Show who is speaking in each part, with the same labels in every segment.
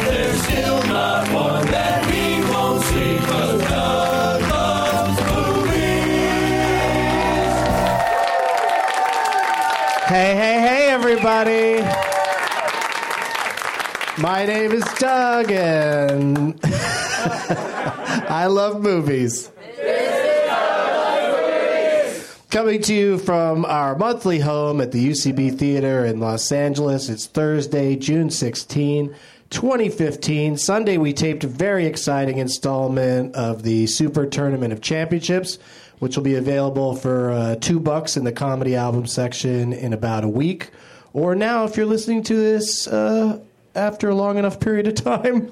Speaker 1: There's still not one that he won't see, but Doug loves movies.
Speaker 2: Hey, hey, hey, everybody. My name is Doug, and I love movies. Coming to you from our monthly home at the UCB Theater in Los Angeles. It's Thursday, June 16, 2015. Sunday, we taped a very exciting installment of the Super Tournament of Championships, which will be available for uh, two bucks in the comedy album section in about a week. Or now, if you're listening to this uh, after a long enough period of time,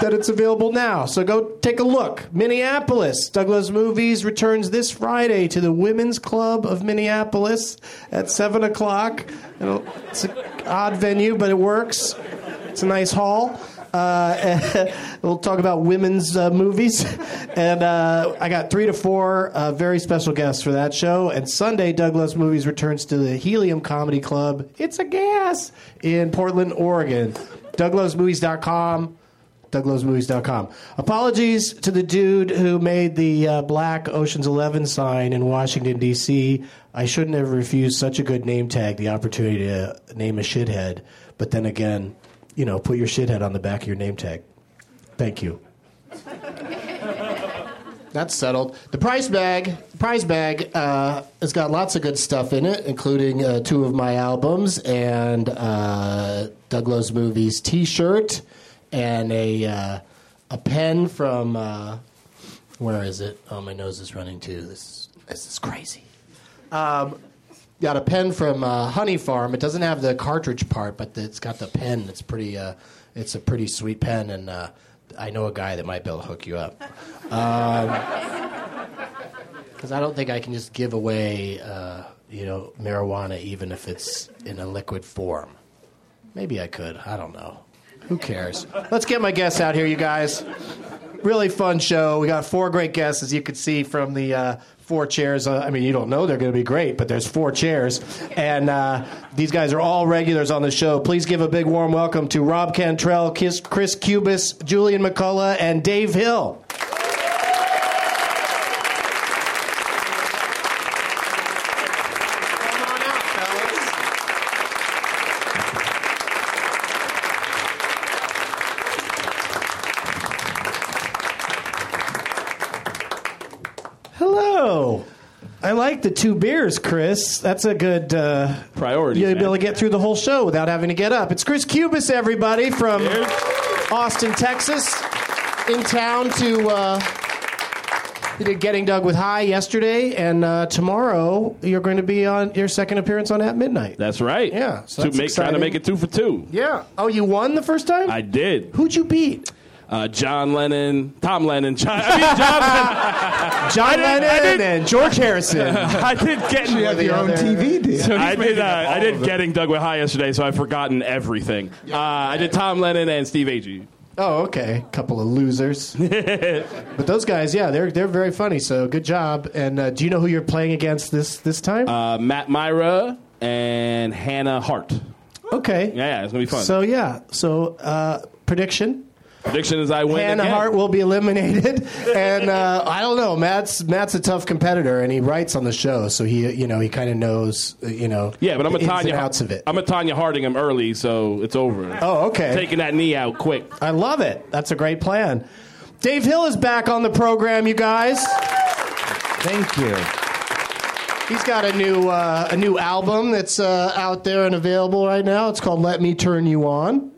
Speaker 2: that it's available now. So go take a look. Minneapolis. Douglas Movies returns this Friday to the Women's Club of Minneapolis at 7 o'clock. It'll- It's an odd venue, but it works. It's a nice hall. Uh, we'll talk about women's uh, movies. And uh, I got three to four uh, very special guests for that show. And Sunday, Douglas Movies returns to the Helium Comedy Club. It's a gas in Portland, Oregon. DouglasMovies.com douglasmovies.com. Apologies to the dude who made the uh, black Ocean's 11 sign in Washington, D.C. I shouldn't have refused such a good name tag the opportunity to name a shithead. But then again, you know, put your shithead on the back of your name tag. Thank you. That's settled. The prize bag, prize bag, uh, has got lots of good stuff in it, including uh, two of my albums and uh, Douglas Movies T-shirt and a uh, a pen from uh, where is it? Oh, my nose is running too. This this is crazy.
Speaker 3: Um, Got a pen from uh, Honey Farm. It doesn't have the cartridge part, but it's got the pen. It's pretty. Uh, it's a pretty sweet pen, and uh, I know a guy that might be able to hook you up. Because I don't think I can just give away, uh, you know, marijuana even if it's in a liquid form. Maybe I could. I don't know. Who cares? Let's get my guests out here, you guys. Really fun show. We got four great guests, as you can see from the uh, four chairs. Uh, I mean, you don't know they're going to be great, but there's four chairs, and uh, these guys are all regulars on the show. Please give a big warm welcome to Rob Cantrell, Chris, Chris Cubis, Julian McCullough, and Dave Hill. Hello. I like the two beers, Chris. That's a good uh,
Speaker 4: Priorities,
Speaker 3: You'll be
Speaker 4: man.
Speaker 3: able to get through the whole show without having to get up. It's Chris Cubis, everybody, from
Speaker 4: Cheers.
Speaker 3: Austin, Texas, in town to. Uh, he did Getting Doug with High yesterday, and uh, tomorrow you're going to be on your second appearance on At Midnight.
Speaker 4: That's right.
Speaker 3: Yeah, so
Speaker 4: to
Speaker 3: that's
Speaker 4: make trying
Speaker 3: exciting.
Speaker 4: to make it two for two.
Speaker 3: yeah. Oh, you won the first time.
Speaker 4: I did.
Speaker 3: Who'd you beat?
Speaker 4: Uh, John Lennon, Tom Lennon, John, I mean John
Speaker 3: John
Speaker 4: I didn't- I
Speaker 3: Lennon
Speaker 4: didn't-
Speaker 3: and George Harrison.
Speaker 4: Lennon. I did getting.
Speaker 5: You have your own TV deal.
Speaker 4: I did. Uh, I did getting Doug with High yesterday, so I've forgotten everything. Uh, I did Tom Lennon and Steve Agee.
Speaker 3: Oh, okay. Couple of losers. but those guys, yeah, they're they're very funny. So good job. And uh, do you know who you're playing against this this time?
Speaker 4: Uh, Matt Myra and Hannah Hart.
Speaker 3: okay.
Speaker 4: Yeah, yeah, it's gonna be fun.
Speaker 3: So yeah. So uh, prediction:
Speaker 4: Prediction is I win.
Speaker 3: Hannah
Speaker 4: again.
Speaker 3: Hart will be eliminated. and uh, I don't know. Matt's Matt's a tough competitor, and he writes on the show, so he you know he kind of knows uh, you know
Speaker 4: Yeah, but I'm a
Speaker 3: the ins
Speaker 4: Tanya.
Speaker 3: and outs of it.
Speaker 4: I'm a Tanya Harding. I'm early, so it's over.
Speaker 3: oh, okay. Uh,
Speaker 4: Taking that knee out quick.
Speaker 3: I love it. That's a great plan. Dave Hill is back on the program, you guys.
Speaker 5: Thank you.
Speaker 3: He's got a new uh, a new album that's uh, out there and available right now. It's called "Let Me Turn You On,"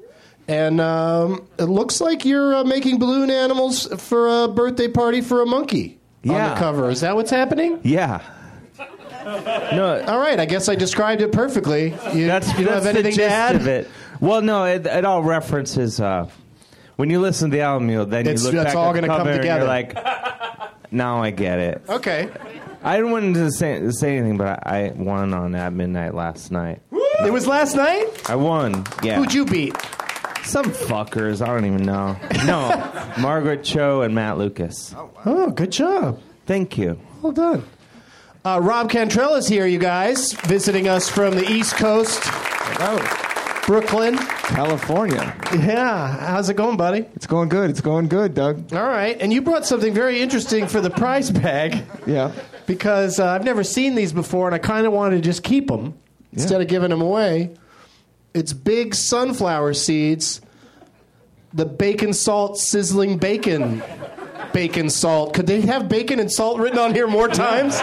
Speaker 3: and um, it looks like you're uh, making balloon animals for a birthday party for a monkey on
Speaker 5: Yeah.
Speaker 3: the cover. Is that what's happening?
Speaker 5: Yeah. No,
Speaker 3: All right, I guess I described it perfectly. You,
Speaker 5: that's
Speaker 3: you don't
Speaker 5: that's
Speaker 3: have anything
Speaker 5: the gist
Speaker 3: to add.
Speaker 5: of it. Well, no, it, it all references. Uh, when you listen to the album, you'll then
Speaker 3: It's-
Speaker 5: you look
Speaker 3: it's
Speaker 5: back
Speaker 3: all
Speaker 5: at the
Speaker 3: gonna come
Speaker 5: cover and
Speaker 3: together.
Speaker 5: you're like, now I get it.
Speaker 3: Okay,
Speaker 5: I didn't want to say, say anything, but I, I won on at midnight last night.
Speaker 3: it was last night.
Speaker 5: I won. Yeah.
Speaker 3: Who'd you beat?
Speaker 5: Some fuckers. I don't even know. No, Margaret Cho and Matt Lucas.
Speaker 3: Oh, good job.
Speaker 5: Thank you.
Speaker 3: Well done. Uh, Rob Cantrell is here, you guys, visiting us from the East Coast, Brooklyn.
Speaker 6: California.
Speaker 3: Yeah, how's it going, buddy?
Speaker 6: It's going good. It's going good, Doug.
Speaker 3: All right, and you brought something very interesting for the prize bag
Speaker 6: Yeah.
Speaker 3: because uh, I've never seen these before, and I kind of wanted to just keep them instead of giving them away. It's big sunflower seeds, the bacon salt sizzling bacon, bacon salt. Could they have bacon and salt written on here more times?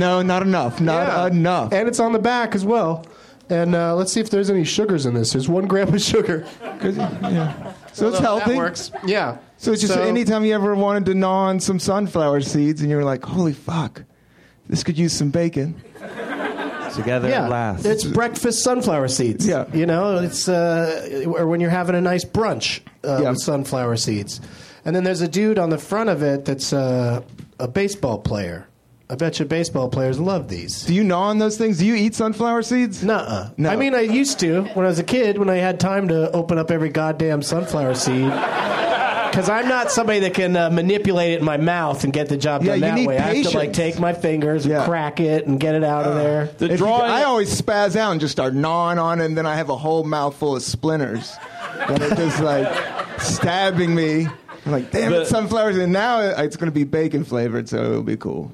Speaker 6: No, not enough. Not
Speaker 3: Yeah.
Speaker 6: enough.
Speaker 3: And it's on the back as well. And uh, let's see if there's any sugars in this. There's one gram of sugar.
Speaker 6: 'Cause- yeah. So it's healthy.
Speaker 3: That works. Yeah.
Speaker 6: So it's just anytime you ever wanted to gnaw on some sunflower seeds and you were like, holy fuck, this could use some bacon.
Speaker 5: Together
Speaker 3: yeah,
Speaker 5: at last.
Speaker 3: It's breakfast sunflower seeds.
Speaker 6: Yeah.
Speaker 3: You know, it's uh, or when you're having a nice brunch, uh,
Speaker 6: Yeah.
Speaker 3: with sunflower seeds. And then there's a dude on the front of it that's uh, a baseball player. I bet you baseball players love these.
Speaker 6: Do you gnaw on those things? Do you eat sunflower seeds?
Speaker 3: Nuh-uh.
Speaker 6: No.
Speaker 3: I mean, I used to when I was a kid when I had time to open up every goddamn sunflower seed. Because I'm not somebody that can uh, manipulate it in my mouth and get the job done
Speaker 6: Yeah, you
Speaker 3: that
Speaker 6: need
Speaker 3: way. I have to like
Speaker 6: patience.
Speaker 3: take my fingers and
Speaker 6: Yeah. Uh,
Speaker 3: crack it and get it out of there.
Speaker 4: The
Speaker 6: If you-
Speaker 4: drawing.
Speaker 6: I always spaz out and just start gnawing on it, and then I have a whole mouthful of splinters that are just like stabbing me. I'm like, damn
Speaker 4: The-
Speaker 6: it, sunflowers. And now it's going to be bacon flavored, so it'll be cool.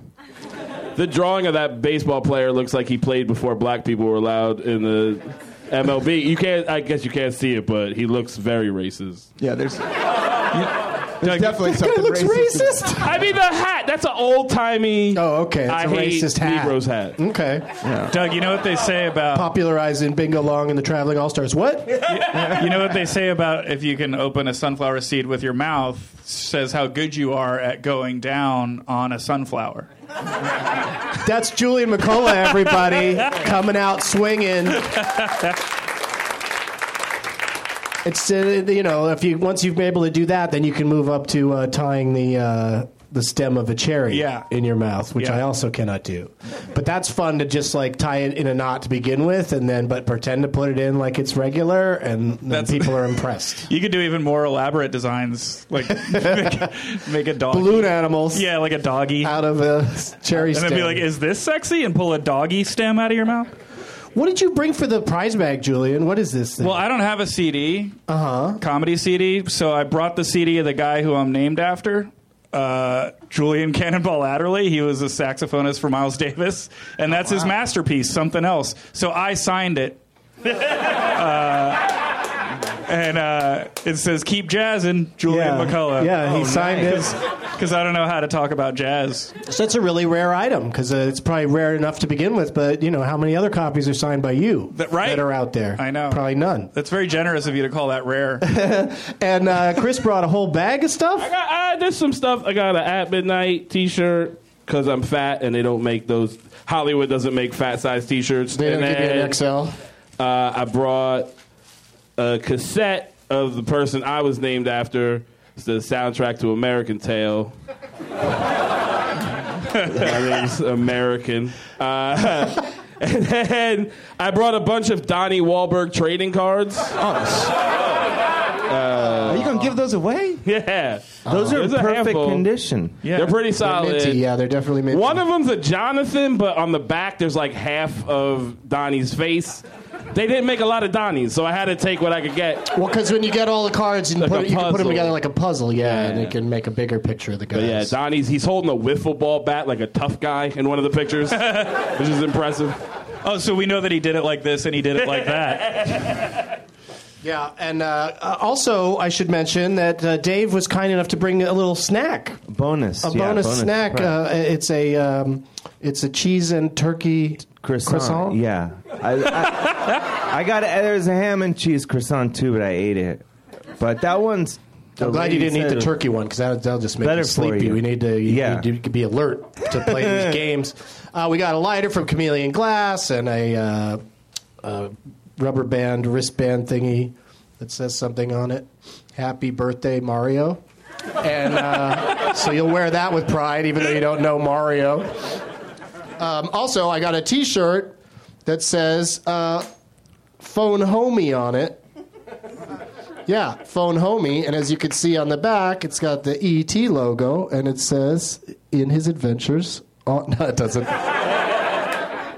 Speaker 4: The drawing of that baseball player looks like he played before black people were allowed in the MLB. You can't, I guess you can't see it, but he looks very racist.
Speaker 6: Yeah, there's, yeah, there's
Speaker 4: Doug,
Speaker 6: definitely
Speaker 3: That guy
Speaker 6: something
Speaker 3: looks
Speaker 6: racist.
Speaker 3: racist.
Speaker 4: I mean, the hat. That's an old timey.
Speaker 3: Oh, okay. It's
Speaker 4: I
Speaker 3: a
Speaker 4: hate
Speaker 3: racist hat. Mm.
Speaker 4: Negro's hat.
Speaker 3: Okay.
Speaker 7: Doug, you know what they say about
Speaker 3: Popularizing Bingo Long and the Traveling All Stars. What?
Speaker 7: you know what they say about if you can open a sunflower seed with your mouth says how good you are at going down on a sunflower.
Speaker 3: That's Julian McCullough, everybody, coming out swinging. It's uh, you know if you once you've been able to do that, then you can move up to uh, tying the uh, the stem of a cherry
Speaker 7: Yeah.
Speaker 3: in your mouth, which
Speaker 7: Yeah.
Speaker 3: I also cannot do. But that's fun to just like tie it in a knot to begin with, and then but pretend to put it in like it's regular, and then
Speaker 7: That's-
Speaker 3: people are impressed.
Speaker 7: You could do even more elaborate designs, like make, make a dog.
Speaker 3: Balloon animals,
Speaker 7: Yeah, like a doggy.
Speaker 3: out of a cherry
Speaker 7: and
Speaker 3: stem.
Speaker 7: then be like, is this sexy? And pull a doggy stem out of your mouth.
Speaker 3: what did you bring for the prize bag, Julian? What is this? Thing?
Speaker 7: Well, I don't have a CD, uh-huh. comedy CD, so I brought the CD of the guy who I'm named after, uh, Julian Cannonball Adderley. He was a saxophonist for Miles Davis, and that's his masterpiece, something else. So I signed it. uh, and uh, it says, Keep jazzing, Julian
Speaker 3: Yeah.
Speaker 7: McCullough.
Speaker 3: Yeah, he signed it.
Speaker 7: Because I don't know how to talk about jazz.
Speaker 3: So that's a really rare item because uh, it's probably rare enough to begin with. But you know, how many other copies are signed by you
Speaker 7: That- right.
Speaker 3: are out there?
Speaker 7: I know.
Speaker 3: probably none.
Speaker 7: That's very generous of you to call that rare.
Speaker 3: And uh, Chris brought a whole bag of
Speaker 4: I
Speaker 3: stuff.
Speaker 4: got I, there's some stuff. I got an at midnight T-shirt because I'm fat and they don't make those. Hollywood doesn't make fat size T-shirts.
Speaker 3: They don't
Speaker 4: And
Speaker 3: give you
Speaker 4: then,
Speaker 3: an XL.
Speaker 4: Uh, I brought a cassette of the person I was named after. It's the soundtrack to American Tale. My name's American. Uh, and then I brought a bunch of Donnie Wahlberg trading cards. Uh,
Speaker 6: Are you gonna give those away?
Speaker 4: Yeah. Uh,
Speaker 8: Those are in
Speaker 4: There's a
Speaker 8: perfect
Speaker 4: handful.
Speaker 8: condition.
Speaker 7: Yeah.
Speaker 4: They're pretty
Speaker 3: They're
Speaker 4: solid.
Speaker 3: minty. Yeah, they're definitely minty.
Speaker 4: One of them's a Jonathan, but on the back there's like half of Donnie's face. They didn't make a lot of Donnies, so I had to take what I could get.
Speaker 3: well, because when you get all the cards and
Speaker 4: Like a
Speaker 3: put it, you can put them
Speaker 4: puzzle.
Speaker 3: together like a puzzle, yeah,
Speaker 4: Yeah.
Speaker 3: and it can make a bigger picture of the guys.
Speaker 4: But yeah, Donnie's he's holding a wiffle ball bat like a tough guy in one of the pictures, which is impressive.
Speaker 7: oh, so we know that he did it like this and he did it like that.
Speaker 3: Yeah, and uh, uh, also I should mention that uh, Dave was kind enough to bring a little snack,
Speaker 8: Bonus.
Speaker 3: a
Speaker 8: yeah,
Speaker 3: bonus, snack.
Speaker 8: Right.
Speaker 3: Uh, it's a um, it's a cheese and turkey
Speaker 8: croissant. Yeah. I, I, I got there's a ham and cheese croissant too, but I ate it. But that one's.
Speaker 3: I'm
Speaker 8: the
Speaker 3: glad you
Speaker 8: lady
Speaker 3: didn't eat
Speaker 8: said
Speaker 3: the
Speaker 8: it-
Speaker 3: turkey one because that'll, that'll just make
Speaker 8: Better
Speaker 3: you
Speaker 8: for
Speaker 3: sleepy.
Speaker 8: you.
Speaker 3: We need to you
Speaker 8: Yeah.
Speaker 3: need to be alert to play these games. Uh, we got a lighter from Chameleon Glass and a, uh, a rubber band wristband thingy that says something on it. Happy birthday, Mario! And uh, so you'll wear that with pride, even though you don't know Mario. Um, also, I got a T-shirt that says uh, "Phone Homie" on it. Yeah, phone homie, and as you can see on the back, it's got the ET logo, and it says "In his adventures." Oh, no, it doesn't. oh,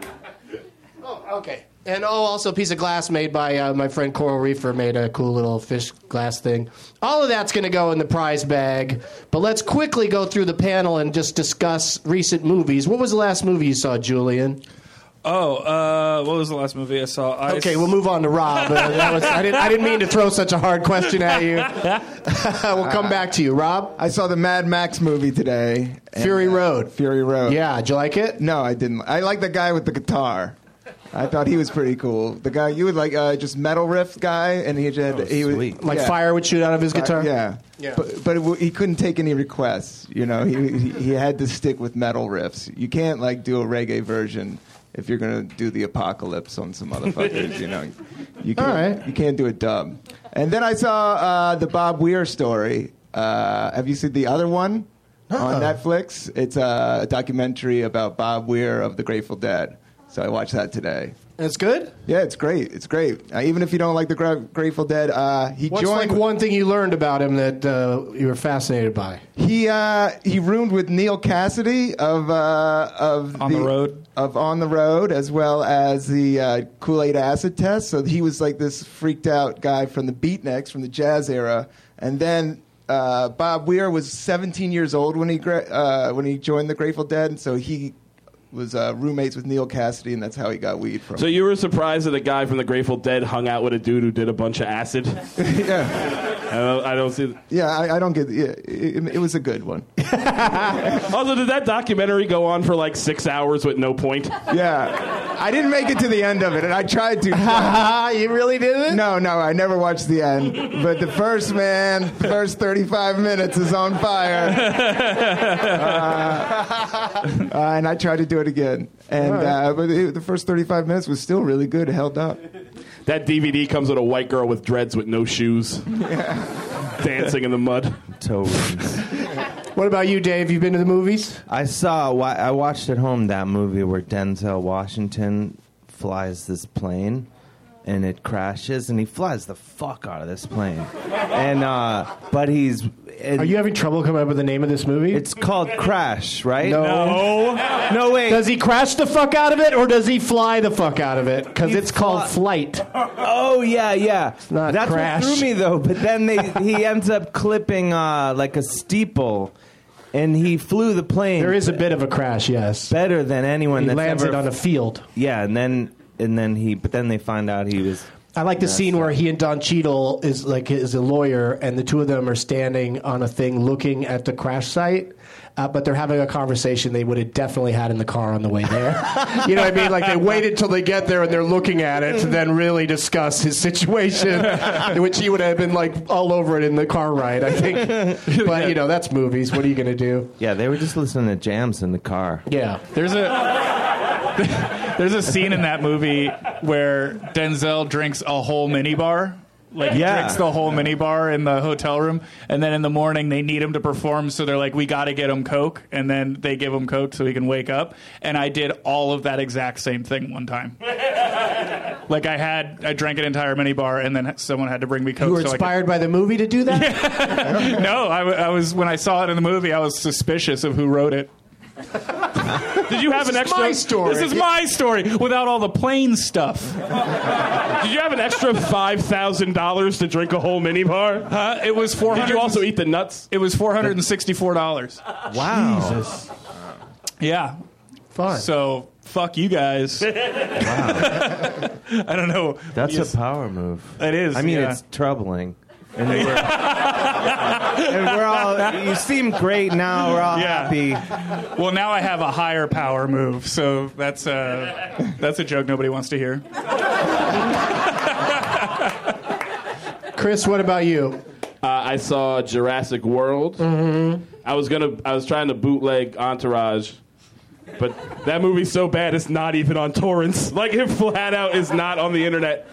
Speaker 3: okay. And oh, also a piece of glass made by uh, my friend Coral Reefer made a cool little fish glass thing. All of that's going to go in the prize bag. But let's quickly go through the panel and just discuss recent movies. What was the last movie you saw, Julian?
Speaker 7: Oh, uh, what was the last movie I saw? I
Speaker 3: Okay, we'll move on to Rob. Uh, that was, I, didn't, I didn't mean to throw such a hard question at you. we'll come back to you, Rob.
Speaker 6: I saw the Mad Max movie today. and,
Speaker 3: Fury
Speaker 6: uh,
Speaker 3: Road.
Speaker 6: Fury Road.
Speaker 3: Yeah, did you like it?
Speaker 6: No, I didn't. I like the guy with the guitar. I thought he was pretty cool. The guy you would like, uh, just metal riff guy, and he did. he
Speaker 8: Oh, sweet.
Speaker 6: was
Speaker 3: Like
Speaker 6: yeah.
Speaker 3: fire would shoot out of his
Speaker 6: Fi-
Speaker 3: guitar.
Speaker 6: Yeah.
Speaker 3: Yeah.
Speaker 6: But, but it w- he couldn't take any requests. You know, he, he he had to stick with metal riffs. You can't like do a reggae version if you're gonna do the apocalypse on some motherfuckers. you know, you can't,
Speaker 3: All right.
Speaker 6: you can't do a dub. And then I saw uh, the Bob Weir story. Uh, have you seen the other one on
Speaker 3: Uh-uh.
Speaker 6: Netflix? It's uh, a documentary about Bob Weir of the Grateful Dead. So I watched that today.
Speaker 3: it's good.
Speaker 6: Yeah, it's great. It's great. Uh, even if you don't like the Gra- Grateful Dead, uh, he
Speaker 3: What's
Speaker 6: joined.
Speaker 3: like one thing you learned about him that uh, you were fascinated by?
Speaker 6: He uh, he roomed with Neil Cassidy of uh, of
Speaker 7: On the Road.
Speaker 6: of on the road as well as the uh, Kool Aid acid test. So he was like this freaked out guy from the Beatniks from the jazz era, and then. Uh, Bob Weir was 17 years old when he gra- uh, when he joined the Grateful Dead, and so he was uh, roommates with Neil Cassidy, and that's how he got weed from.
Speaker 4: So you were surprised that a guy from the Grateful Dead hung out with a dude who did a bunch of acid?
Speaker 6: yeah.
Speaker 4: I don't, I don't see. th-
Speaker 9: Yeah, I, I don't get. Yeah, it, it was a good one.
Speaker 4: Also, did that documentary go on for like six hours with no point?
Speaker 9: Yeah, I didn't make it to the end of it, and I tried to.
Speaker 3: you really didn't?
Speaker 9: No, no, I never watched the end. But the first man, first 35 minutes is on fire. Uh, uh, and I tried to do it again. And uh, but it, the first 35 minutes was still really good. It held up.
Speaker 4: That DVD comes with a white girl with dreads with no shoes, dancing in the mud.
Speaker 6: Totally.
Speaker 3: What about you, Dave? You've been to the movies?
Speaker 6: I saw. wa- I watched at home that movie where Denzel Washington flies this plane, and it crashes, and he flies the fuck out of this plane. And uh, but he's. and
Speaker 3: Are you having trouble coming up with the name of this movie?
Speaker 6: It's called Crash, right?
Speaker 4: No.
Speaker 6: No wait.
Speaker 3: Does he crash the fuck out of it, or does he fly the fuck out of it? Because
Speaker 6: He
Speaker 3: it's called
Speaker 6: fly-
Speaker 3: flight.
Speaker 6: Oh yeah, yeah.
Speaker 3: not
Speaker 6: That's
Speaker 3: Crash.
Speaker 6: what threw me though. But then they, he ends up clipping uh, like a steeple, and he flew the plane.
Speaker 3: There is a bit of a crash, yes.
Speaker 6: better than anyone
Speaker 3: He
Speaker 6: that's
Speaker 3: lands
Speaker 6: ever.
Speaker 3: it on a field.
Speaker 6: yeah, and then and then he. But then they find out he was.
Speaker 3: I like the scene where he and Don Cheadle is like is a lawyer, and the two of them are standing on a thing looking at the crash site, uh, but they're having a conversation they would have definitely had in the car on the way there. you know what I mean? Like they waited till they get there and they're looking at it to then really discuss his situation, which he would have been like all over it in the car ride. I think, but you know that's movies. What are you going to do?
Speaker 6: Yeah, they were just listening to jams in the car.
Speaker 3: Yeah,
Speaker 7: There's a there's a scene in that movie where Denzel drinks a whole minibar. Like he
Speaker 6: Yeah.
Speaker 7: drinks the whole minibar in the hotel room, and then in the morning they need him to perform, so they're like, "We got to get him coke," and then they give him coke so he can wake up. And I did all of that exact same thing one time. like I had, I drank an entire minibar, and then someone had to bring me coke.
Speaker 3: you were
Speaker 7: so I could-
Speaker 3: inspired by the movie to do that.
Speaker 7: no, I, w- I was when I saw it in the movie, I was suspicious of who wrote it.
Speaker 4: Did you have an
Speaker 3: is
Speaker 4: extra?
Speaker 3: my story.
Speaker 4: This is my story without all the plane stuff. Did you have an extra five thousand dollars to drink a whole mini bar?
Speaker 7: Uh, it was four
Speaker 4: Did
Speaker 7: hundred.
Speaker 4: you also eat the nuts?
Speaker 7: It was four hundred and sixty-four dollars.
Speaker 6: Wow.
Speaker 7: Yeah.
Speaker 3: Fun.
Speaker 7: So fuck you guys. I don't know.
Speaker 6: That's
Speaker 7: Yes.
Speaker 6: a power move.
Speaker 7: It is,
Speaker 6: I mean,
Speaker 7: yeah.
Speaker 6: it's troubling. And we're, and we're all. You seem great now. We're all
Speaker 7: Yeah.
Speaker 6: happy.
Speaker 7: well, now I have a higher power move, so that's a that's a joke nobody wants to hear.
Speaker 3: Chris, what about you?
Speaker 4: Uh, I saw Jurassic World.
Speaker 3: Mm-hmm.
Speaker 4: I was gonna, I was trying to bootleg Entourage, but that movie's so bad it's not even on torrents. Like it flat out is not on the internet.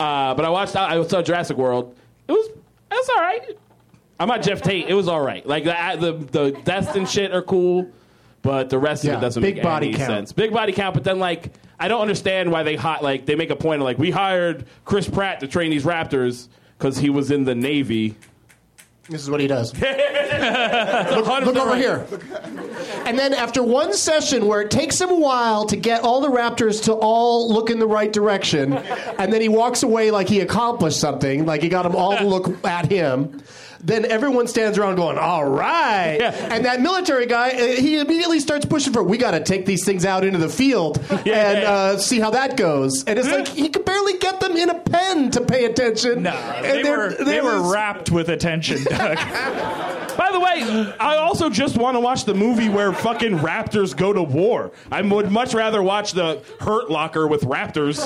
Speaker 4: Uh, but I watched, I saw Jurassic World. It was, it was all right. I'm not Jeff Tate. It was all right. Like the the, the deaths and shit are cool, but the rest of
Speaker 3: Yeah,
Speaker 4: it doesn't
Speaker 3: big
Speaker 4: make
Speaker 3: body
Speaker 4: any
Speaker 3: count.
Speaker 4: sense. Big body count, but then like I don't understand why they hot like they make a point of like we hired Chris Pratt to train these raptors because he was in the Navy.
Speaker 3: This is what he does.
Speaker 4: Look,
Speaker 3: Look over here. And then after one session where it takes him a while to get all the raptors to all look in the right direction, and then he walks away like he accomplished something, like he got them all to look at him. Then everyone stands around going, "All right."
Speaker 4: Yeah.
Speaker 3: And that military guy, uh, he immediately starts pushing for, "We got to take these things out into the field
Speaker 4: Yeah.
Speaker 3: and uh, see how that goes." And it's like he could barely get them in a pen to pay attention.
Speaker 7: No,
Speaker 3: And
Speaker 7: they
Speaker 3: they're-
Speaker 7: were
Speaker 3: they're
Speaker 7: they were
Speaker 3: this-
Speaker 7: wrapped with attention, Doug.
Speaker 4: By the way, I also just want to watch the movie where fucking raptors go to war. I would much rather watch the Hurt Locker with raptors.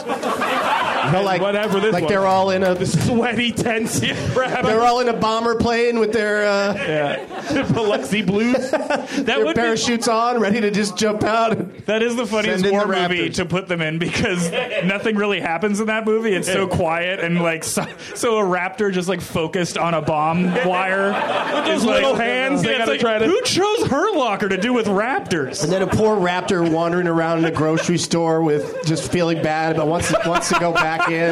Speaker 3: But like
Speaker 4: whatever this
Speaker 3: like
Speaker 4: was.
Speaker 3: they're all in a
Speaker 4: The sweaty, tense raptors.
Speaker 3: they're all in a bomber plane with their uh,
Speaker 4: Biloxi Blues. That
Speaker 3: their
Speaker 4: would be
Speaker 3: parachutes on, ready to just jump out.
Speaker 7: That is the funniest
Speaker 9: Send in
Speaker 7: war
Speaker 9: the
Speaker 7: movie
Speaker 9: Raptors.
Speaker 7: to put them in because nothing really happens in that movie. It's so quiet and like so, so a raptor just like focused on a bomb wire with
Speaker 4: those little hands,
Speaker 7: They
Speaker 4: yeah, it's
Speaker 7: gotta
Speaker 4: like,
Speaker 7: try to.
Speaker 4: who
Speaker 7: Who chose Hurt Locker to do with raptors?
Speaker 3: And then a poor raptor wandering around in a grocery store with just feeling bad, but wants wants to go back in.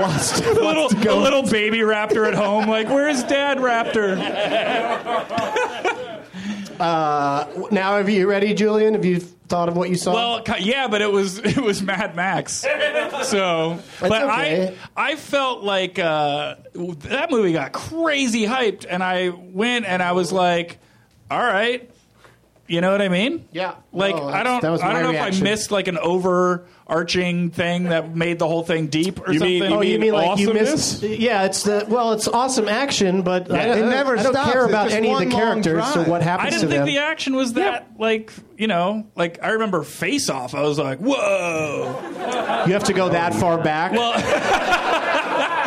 Speaker 3: Wants to,
Speaker 7: A little,
Speaker 3: wants to
Speaker 7: a
Speaker 3: go.
Speaker 7: little baby raptor at home, like where's Dad Raptor?
Speaker 3: Now, are you ready, Julian? Have you thought of what you saw?
Speaker 7: Well, ki- yeah, but it was it was Mad Max. So, but
Speaker 3: okay.
Speaker 7: I I felt like uh, w- that movie got crazy hyped, and I went and I was like, all right. You know what I mean?
Speaker 3: Yeah.
Speaker 7: Like
Speaker 3: No,
Speaker 7: I
Speaker 3: that's-
Speaker 7: don't,
Speaker 3: that was
Speaker 7: I
Speaker 3: my
Speaker 7: don't know
Speaker 3: reaction.
Speaker 7: if I missed like an overarching thing that made the whole thing deep or
Speaker 4: You
Speaker 7: something.
Speaker 4: mean- you
Speaker 3: oh, you mean like you missed?
Speaker 4: awesomeness?
Speaker 3: Yeah, it's the well, it's awesome action, but I, don't-
Speaker 9: It never
Speaker 3: I don't
Speaker 9: stops.
Speaker 3: care
Speaker 9: It's
Speaker 3: about
Speaker 9: just
Speaker 3: any of the
Speaker 9: one long
Speaker 3: characters. So
Speaker 9: drive.
Speaker 3: what
Speaker 7: I
Speaker 3: happens to
Speaker 7: didn't think
Speaker 3: them?
Speaker 7: the action was that like you know like I remember Face Off. I was like, whoa.
Speaker 3: you have to go that far back.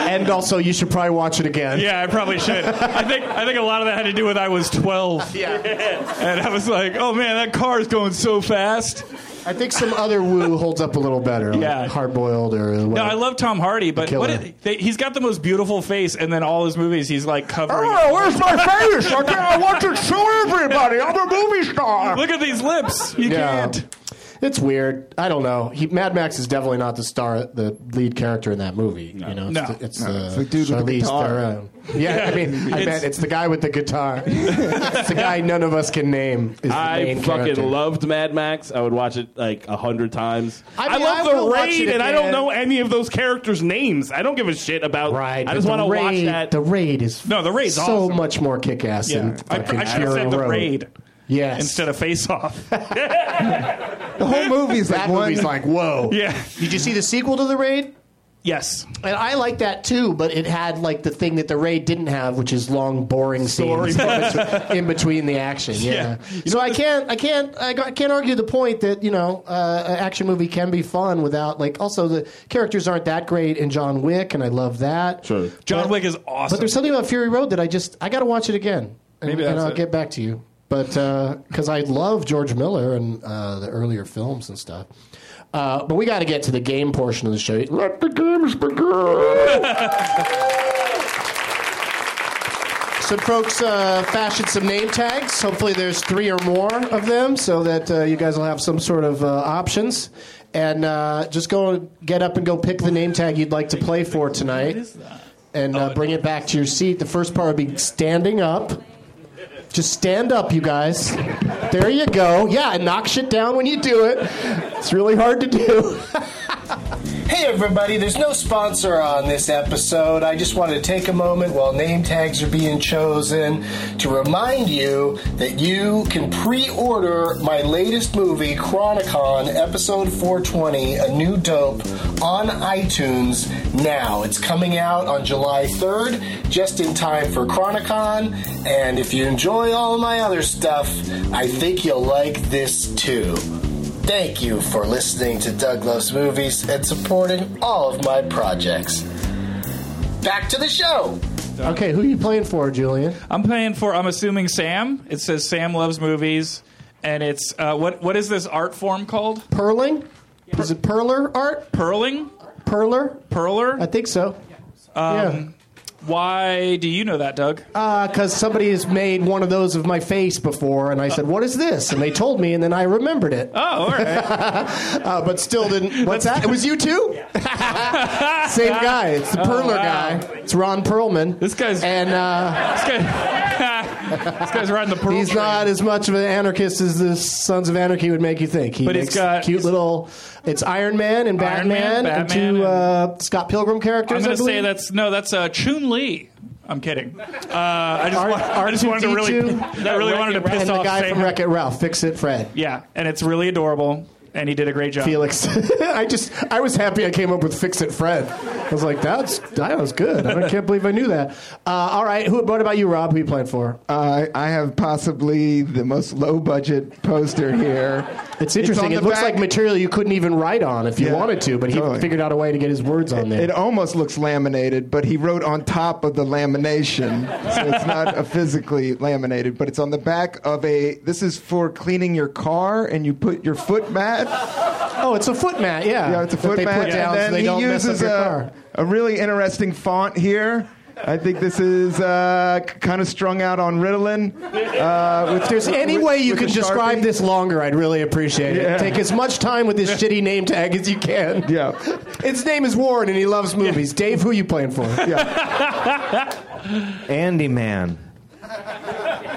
Speaker 3: and also, you should probably watch it again.
Speaker 7: Yeah, I probably should. I think I think a lot of that had to do with I was twelve. and I was like, oh man, that car is going so fast.
Speaker 3: I think some other woo holds up a little better. like
Speaker 7: Yeah.
Speaker 3: hard boiled or whatever.
Speaker 7: No, I love Tom Hardy, but
Speaker 3: killer.
Speaker 7: what it, they, he's got the most beautiful face, and then all his movies he's like covering.
Speaker 3: Oh, where's my face? I, can't, I want to show everybody. I'm a movie star.
Speaker 7: Look at these lips. You can't.
Speaker 3: It's weird. I don't know. He, Mad Max is definitely not the star, the lead character in that movie. you know,
Speaker 7: No.
Speaker 3: it's, the, it's,
Speaker 9: No.
Speaker 3: the
Speaker 9: It's the dude with
Speaker 3: Charlize
Speaker 9: the guitar.
Speaker 3: Theron. Yeah, I mean, I
Speaker 7: It's-
Speaker 3: bet it's the guy with the guitar. it's the guy none of us can name. Is the
Speaker 4: I
Speaker 3: main
Speaker 4: fucking
Speaker 3: character.
Speaker 4: loved Mad Max. I would watch it like a hundred times.
Speaker 3: I
Speaker 4: I,
Speaker 3: mean, I
Speaker 4: love
Speaker 3: will
Speaker 4: the
Speaker 3: watch
Speaker 4: raid,
Speaker 3: it
Speaker 4: and I
Speaker 3: again.
Speaker 4: don't know any of those characters' names. I don't give a shit about.
Speaker 3: Right.
Speaker 4: I just
Speaker 3: but
Speaker 4: want
Speaker 3: the
Speaker 4: to watch
Speaker 3: raid-
Speaker 4: that.
Speaker 3: The raid is
Speaker 7: No, the raid's
Speaker 3: so
Speaker 7: awesome.
Speaker 3: much more kick ass
Speaker 7: Yeah.
Speaker 3: than
Speaker 7: I, I
Speaker 3: fucking
Speaker 7: should have
Speaker 3: Fury
Speaker 7: said the
Speaker 3: Road.
Speaker 7: raid
Speaker 3: Yes.
Speaker 7: instead of Face Off.
Speaker 9: The whole movie's like
Speaker 3: that
Speaker 9: one.
Speaker 3: movie's like whoa.
Speaker 7: Yeah.
Speaker 3: Did you see the sequel to the raid?
Speaker 7: yes.
Speaker 3: And I like that too, but it had like the thing that the raid didn't have, which is long, boring
Speaker 4: Story
Speaker 3: scenes in between- in between the action. Yeah.
Speaker 7: Yeah.
Speaker 3: So I can't, I can't, I got- can't argue the point that you know, uh, an action movie can be fun without like. Also, the characters aren't that great in John Wick, and I love that.
Speaker 4: Sure.
Speaker 7: John
Speaker 3: But-
Speaker 7: Wick is awesome.
Speaker 3: But there's something about Fury Road that I just, I got to watch it again, and,
Speaker 7: Maybe
Speaker 3: and
Speaker 7: that's
Speaker 3: I'll
Speaker 7: it.
Speaker 3: get back to you. But because I love George Miller and uh, the earlier films and stuff. Uh, but we got to get to the game portion of the show. Let the games begin. Some folks uh, fashioned some name tags. Hopefully, there's three or more of them so that uh, you guys will have some sort of uh, options. And uh, just go get up and go pick the name tag you'd like to play for tonight. And uh, bring it back to your seat. The first part would be standing up. Just stand up, you guys. There you go. Yeah, and knock shit down when you do it. It's really hard to do. Hey everybody, there's no sponsor on this episode. I just want to take a moment while name tags are being chosen to remind you that you can pre order my latest movie, Chronicon, episode 420, A New Dope, on iTunes now. It's coming out on July 3rd, just in time for Chronicon. And if you enjoy all my other stuff, I think you'll like this too. Thank you for listening to Doug Loves Movies and supporting all of my projects. Back to the show. Okay, who are you playing for, Julian?
Speaker 7: I'm playing for. I'm assuming Sam. It says Sam loves movies, and it's uh, what what is this art form called?
Speaker 3: Perling? Is it perler art?
Speaker 7: Purling,
Speaker 3: Perler? I
Speaker 7: purler.
Speaker 3: think so. Um,
Speaker 7: Why do you know that, Doug?
Speaker 3: Uh, Because somebody has made one of those of my face before, and I said, "What is this?" And they told me, and then I remembered it.
Speaker 7: oh, all right.
Speaker 3: Uh, but still didn't. What's that? It was you too. Same guy. It's the perler
Speaker 7: Oh, wow.
Speaker 3: guy. It's Ron Perlman.
Speaker 7: This guy's-
Speaker 3: and. Uh,
Speaker 7: this, guy, this guy's riding the purl.
Speaker 3: He's
Speaker 7: train.
Speaker 3: not as much of an anarchist as the Sons of Anarchy would make you think. He
Speaker 7: But he's
Speaker 3: makes
Speaker 7: got-
Speaker 3: cute little. It's Iron Man and Batman,
Speaker 7: Iron Man,
Speaker 3: and
Speaker 7: Batman,
Speaker 3: two
Speaker 7: and-
Speaker 3: uh, Scott Pilgrim characters.
Speaker 7: I'm going
Speaker 3: I
Speaker 7: to say
Speaker 3: believe.
Speaker 7: that's no, that's uh, Chun Li. I'm kidding. Uh, I just,
Speaker 3: R-
Speaker 7: want, I just wanted to really,
Speaker 3: R2D2.
Speaker 7: I really wanted to piss
Speaker 3: and the
Speaker 7: off
Speaker 3: guy
Speaker 7: Sam.
Speaker 3: from Wreck It Ralph, Fix It Fred,
Speaker 7: Yeah, and it's really adorable, and he did a great job.
Speaker 3: Felix. I just I was happy I came up with Fix It Fred. I was like, that's that was good. I can't believe I knew that. Uh, all right, who? What about you, Rob? Who you playing for?
Speaker 9: Uh, I have possibly the most low budget poster here.
Speaker 3: It's interesting.
Speaker 9: on
Speaker 3: it
Speaker 9: the
Speaker 3: looks
Speaker 9: back.
Speaker 3: like material you couldn't even write on if you
Speaker 9: Yeah,
Speaker 3: wanted to, but he
Speaker 9: totally.
Speaker 3: figured out a way to get his words on there.
Speaker 9: It almost looks laminated, but he wrote on top of the lamination, so it's not a physically laminated. But it's on the back of a. This is for cleaning your car, and you put your foot mat.
Speaker 3: Oh, it's a foot mat, yeah.
Speaker 9: Yeah, it's a
Speaker 3: That
Speaker 9: foot
Speaker 3: they
Speaker 9: mat,
Speaker 3: put down
Speaker 9: and then
Speaker 3: so they
Speaker 9: he
Speaker 3: don't mess
Speaker 9: uses
Speaker 3: up your
Speaker 9: a,
Speaker 3: car.
Speaker 9: a really interesting font here. I think this is uh, kind of strung out on Ritalin. Uh, with-
Speaker 3: If there's any
Speaker 9: with-
Speaker 3: way you
Speaker 9: with
Speaker 3: could
Speaker 9: a
Speaker 3: describe
Speaker 9: Sharpie.
Speaker 3: this longer, I'd really appreciate it.
Speaker 9: Yeah.
Speaker 3: Take as much time with this shitty name tag as you can.
Speaker 9: Yeah.
Speaker 3: His name is Warren, and he loves movies. Dave, who you playing for?
Speaker 6: Andy Man.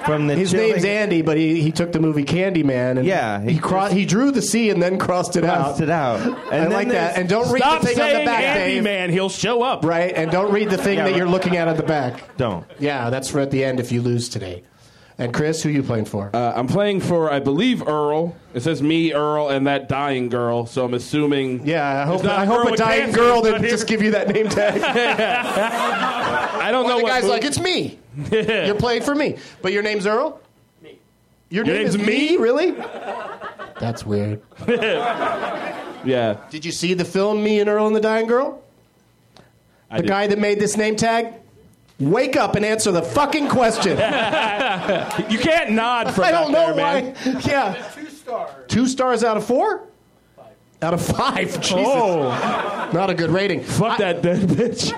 Speaker 6: From the
Speaker 3: His
Speaker 6: chilling-
Speaker 3: name's Andy, but he, he took the movie Candyman, and
Speaker 6: Yeah,
Speaker 3: he
Speaker 6: he
Speaker 3: he, cro- he drew the C and then crossed it out.
Speaker 6: Crossed it out.
Speaker 3: I
Speaker 6: then
Speaker 3: like that.
Speaker 6: there's-
Speaker 3: And don't read
Speaker 4: Stop
Speaker 3: the thing on the
Speaker 4: saying
Speaker 3: back,
Speaker 4: Andy
Speaker 3: Dave.
Speaker 4: Man. He'll show up.
Speaker 3: Right, and don't read the thing
Speaker 6: Yeah,
Speaker 3: that
Speaker 6: right.
Speaker 3: you're looking at at the back.
Speaker 6: don't.
Speaker 3: Yeah, that's right at the end if you lose today. And Chris, who you playing for?
Speaker 4: Uh, I'm playing for, I believe, Earl. It says me, Earl, and that dying girl. So I'm assuming.
Speaker 3: yeah, I hope
Speaker 4: It's not
Speaker 3: I hope
Speaker 4: Earl
Speaker 3: a
Speaker 4: with
Speaker 3: dying
Speaker 4: cancer,
Speaker 3: girl
Speaker 4: it's not
Speaker 3: didn't just give you that name tag.
Speaker 4: I don't know.
Speaker 3: the
Speaker 4: what
Speaker 3: guy's
Speaker 4: movie-
Speaker 3: like, it's me. You're playing for me, but your name's Earl. Your, name
Speaker 4: name's
Speaker 3: is me,
Speaker 4: me?
Speaker 3: really? That's weird.
Speaker 4: yeah.
Speaker 3: Did you see the film Me and Earl and the Dying Girl?
Speaker 4: I
Speaker 3: The
Speaker 4: did.
Speaker 3: guy that made this name tag? Wake up and answer the fucking question.
Speaker 4: You can't nod from
Speaker 3: I don't
Speaker 4: back
Speaker 3: know
Speaker 4: there,
Speaker 3: why.
Speaker 4: man.
Speaker 3: Yeah. Two stars. Two stars out of four? Out of five. Jesus.
Speaker 7: Oh.
Speaker 4: Oh.
Speaker 3: Not a good rating.
Speaker 4: Fuck that dead bitch.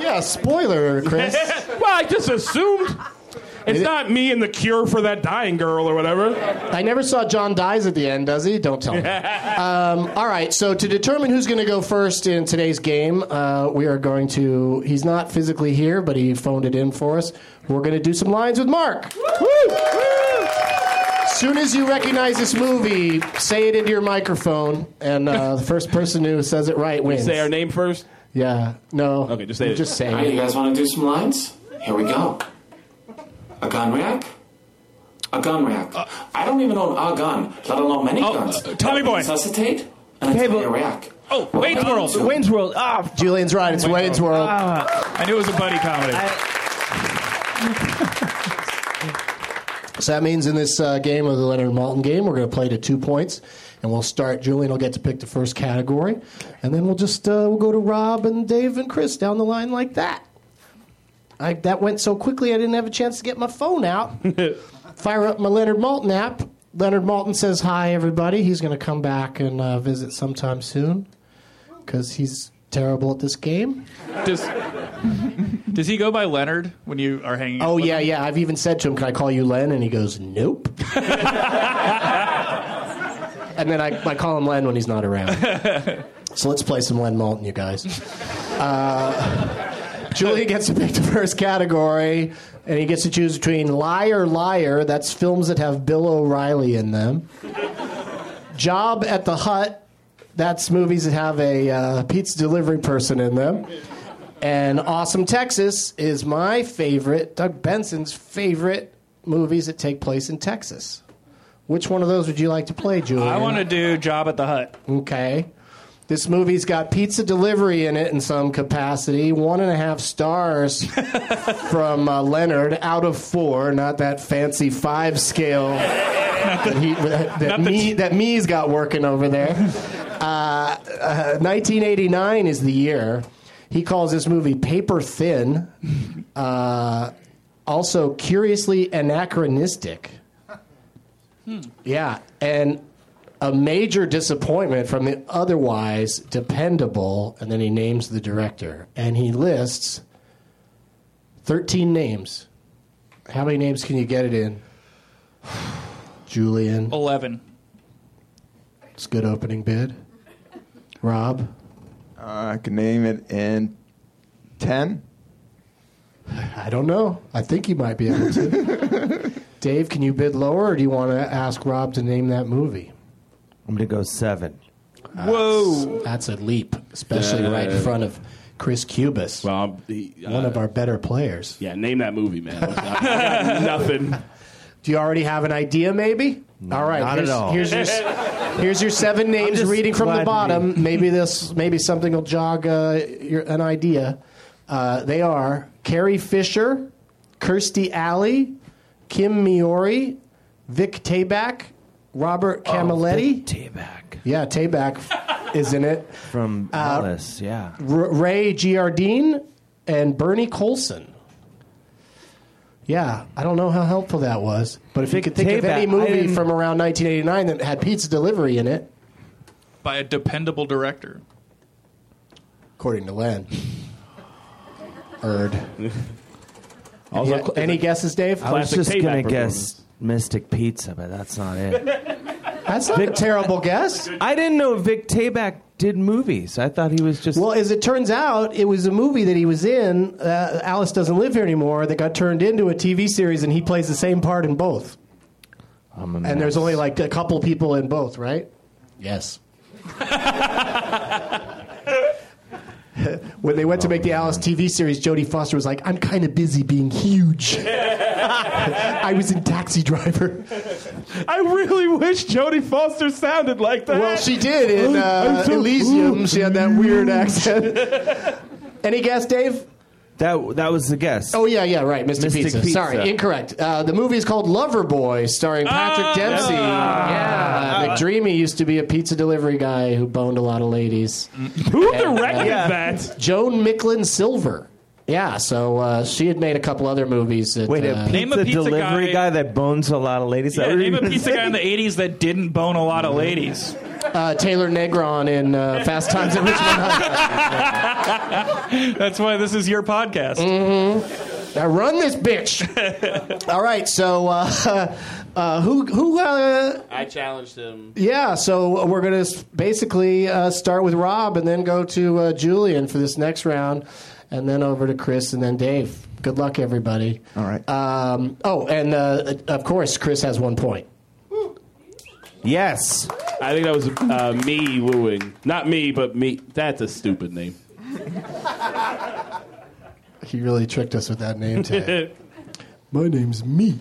Speaker 3: Yeah, spoiler, Chris.
Speaker 4: well, I just assumed. It's
Speaker 3: It-
Speaker 4: not me and the cure for that dying girl or whatever.
Speaker 3: I never saw John dies at the end, does he? Don't tell me. um, all right, so to determine who's going to go first in today's game, uh, we are going to. He's not physically here, but he phoned it in for us. We're going to do some lines with Mark. Woo! Soon as you recognize this movie, say it into your microphone, and uh, the first person who says it right wins.
Speaker 4: Say our name first.
Speaker 3: Yeah. No.
Speaker 4: Okay, just say it.
Speaker 3: Just say
Speaker 10: Hey,
Speaker 3: it.
Speaker 10: you guys want to do some lines? Here we go. A gun rack? A gun rack. I don't even own a gun, let alone many guns.
Speaker 4: uh, Tommy
Speaker 10: That would
Speaker 4: Boy.
Speaker 10: Necessitate an entire rack.
Speaker 4: Oh, wait,
Speaker 10: World.
Speaker 6: Wayne's World. Ah, f-
Speaker 3: Julian's right. It's Wayne's World.
Speaker 7: I knew it was a buddy comedy.
Speaker 3: So that means in this uh, game of the Leonard Malton game, we're going to play to two points, and we'll start. Julian will get to pick the first category, and then we'll just uh, we'll go to Rob and Dave and Chris down the line like that. I, that went so quickly, I didn't have a chance to get my phone out. Fire up my Leonard Malton app. Leonard Malton says hi, everybody. He's going to come back and uh, visit sometime soon because he's terrible at this game.
Speaker 7: Does, does he go by Leonard when you are hanging out
Speaker 3: Oh
Speaker 7: with
Speaker 3: yeah, yeah. I've even said to him, "Can I call you Len?" And he goes, "Nope." and then I, I call him Len when he's not around. so let's play some Len Malton, you guys. Uh, Julia gets to pick the first category, and he gets to choose between Liar, Liar. That's films that have Bill O'Reilly in them. Job at the Hut. That's movies that have a uh, pizza delivery person in them. And Awesome Texas is my favorite, Doug Benson's favorite movies that take place in Texas. Which one of those would you like to play, Julian?
Speaker 7: I want to do Job at the Hut.
Speaker 3: Okay. This movie's got pizza delivery in it in some capacity. One and a half stars from uh, Leonard out of four. Not that fancy five scale that, he, that, that, me, that me's got working over there. Uh, uh, 1989 is the year. He calls this movie Paper Thin. Uh, also, curiously anachronistic. Yeah, and a major disappointment from the otherwise dependable, and then he names the director, and he lists 13 names. How many names can you get it in? Julian.
Speaker 7: Eleven.
Speaker 3: It's a good opening bid. Rob.
Speaker 9: I can name it in 10.
Speaker 3: I don't know. I think you might be able to. Dave, can you bid lower, or do you want to ask Rob to name that movie?
Speaker 6: I'm gonna go seven.
Speaker 7: Ah. Whoa.
Speaker 3: That's a leap, especially right in front of Chris Cubis,
Speaker 4: Uh, Well, I'm- he- uh,
Speaker 3: one of our better players.
Speaker 4: yeah, name that movie, man. I got nothing.
Speaker 3: Do you already have an idea, maybe? all right.
Speaker 6: not at
Speaker 3: here's,
Speaker 6: all.
Speaker 3: Here's your, s- here's your seven names
Speaker 6: just
Speaker 3: reading from
Speaker 6: glad
Speaker 3: the
Speaker 6: to
Speaker 3: bottom. Maybe this, maybe something will jog uh, your, an idea. Uh, they are Carrie Fisher, Kirstie Alley, Kim Miori, Vic Tabak,
Speaker 6: Oh,
Speaker 3: Robert Camilletti.
Speaker 6: Tayback
Speaker 3: yeah, Tabak is in it.
Speaker 6: from
Speaker 9: Uh,
Speaker 6: Alice. Yeah.
Speaker 3: R- Ray Giardine and Bernie Colson. Yeah, I don't know how helpful that was, but if you could think of
Speaker 6: Tayback,
Speaker 3: any
Speaker 6: I
Speaker 3: movie
Speaker 6: didn't-
Speaker 3: from around 1989 that had pizza delivery in it,
Speaker 7: By a dependable director.
Speaker 3: according to Len. Erd.
Speaker 4: Also,
Speaker 3: Yeah, any guesses, Dave?
Speaker 6: I was
Speaker 4: Classic
Speaker 6: just gonna
Speaker 4: Tayback
Speaker 6: guess Mystic Pizza, but that's not it.
Speaker 3: That's not a terrible guess.
Speaker 6: I didn't know Vic Tayback did movies. I thought he was just.
Speaker 3: Well, as it turns out, it was a movie that he was in. Uh, Alice doesn't live here anymore. That got turned into a TV series, and he plays the same part in both.
Speaker 6: I'm a
Speaker 3: And there's
Speaker 6: mess.
Speaker 3: only like a couple people in both, right? Yes. when they went to make the Alice TV series, Jodie Foster was like, "I'm kind of busy being huge. I was in Taxi Driver."
Speaker 4: I really wish Jodie Foster sounded like that.
Speaker 3: Well, she did in uh,
Speaker 4: I'm so-
Speaker 3: Elysium. She had that weird accent. Any guess, Dave?
Speaker 6: That that was the guess.
Speaker 3: Oh yeah, yeah, right, Mystic,
Speaker 6: Mystic
Speaker 3: Pizza.
Speaker 6: Pizza.
Speaker 3: Sorry, incorrect. Uh, the movie is called Loverboy, starring Patrick Dempsey. Yeah, McDreamy used to be a pizza delivery guy who boned a lot of ladies.
Speaker 4: Who directed
Speaker 6: Yeah.
Speaker 4: that?
Speaker 3: Joan Micklin Silver. Yeah, so uh, she had made a couple other movies. That,
Speaker 6: Wait, a
Speaker 3: uh,
Speaker 6: pizza
Speaker 7: Name a pizza
Speaker 6: delivery
Speaker 7: guy-
Speaker 6: guy. that bones a lot of ladies. That
Speaker 7: Yeah,
Speaker 6: what
Speaker 7: name a
Speaker 6: you
Speaker 7: pizza
Speaker 6: said?
Speaker 7: guy in the 80s that didn't bone a lot of ladies.
Speaker 3: uh, Taylor Negron in uh, Fast Times at Richmond High.
Speaker 7: That's why this is your podcast.
Speaker 3: Now run this bitch. All right, so uh, uh, who who uh,
Speaker 11: I challenged him.
Speaker 3: Yeah, so we're going to basically uh, start with Rob and then go to uh, Julian for this next round, and then over to Chris and then Dave. Good luck, everybody.
Speaker 9: All right.
Speaker 3: Um, oh, and uh, of course, Chris has one point.
Speaker 6: Yes.
Speaker 4: I think that was uh, me wooing. Not me, but me. That's a stupid name.
Speaker 3: He really tricked us with that name tag. My name's Me.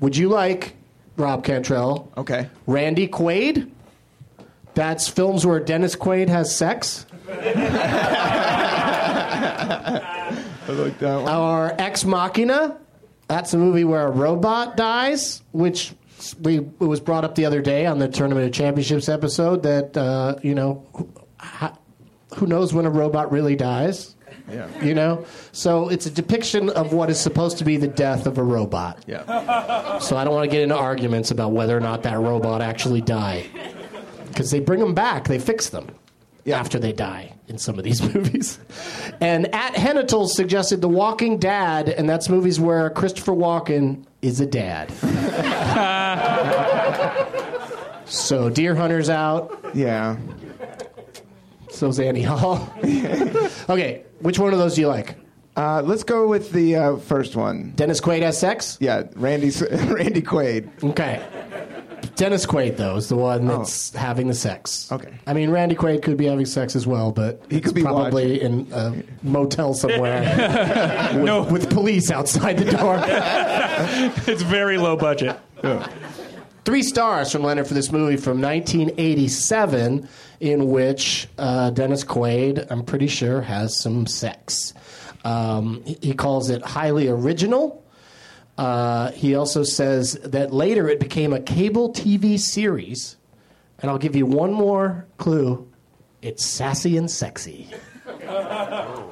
Speaker 3: Would you like Rob Cantrell?
Speaker 9: Okay.
Speaker 3: Randy Quaid? That's films where Dennis Quaid has sex?
Speaker 9: I like that one.
Speaker 3: Or Ex Machina. That's a movie where a robot dies, which we it was brought up the other day on the Tournament of Championships episode that uh, you know who, ha- who knows when a robot really dies.
Speaker 9: Yeah.
Speaker 3: You know, so it's a depiction of what is supposed to be the death of a robot.
Speaker 9: Yeah.
Speaker 3: So I don't want to get into arguments about whether or not that robot actually died, because they bring them back, they fix them
Speaker 9: Yeah.
Speaker 3: after they die in some of these movies. And at Hennital suggested The Walking Dad, and that's movies where Christopher Walken is a dad. so Deer Hunter's out.
Speaker 9: Yeah.
Speaker 3: So's Annie Hall. okay, which one of those do you like?
Speaker 9: Uh, let's go with the uh, first one.
Speaker 3: Dennis Quaid has sex.
Speaker 9: Yeah, Randy Randy Quaid.
Speaker 3: Okay. Dennis Quaid, though, is the one that's having the sex.
Speaker 9: Oh. Okay.
Speaker 3: I mean, Randy Quaid could be having sex as well, but
Speaker 9: He could
Speaker 3: it's
Speaker 9: be
Speaker 3: probably in a motel somewhere with, with police outside the door.
Speaker 7: It's very low budget.
Speaker 3: Three stars from Leonard for this movie from 1987, in which uh, Dennis Quaid, I'm pretty sure, has some sex. Um, he- he calls it highly original. Uh, he also says that later it became a cable TV series. And I'll give you one more clue it's sassy and sexy.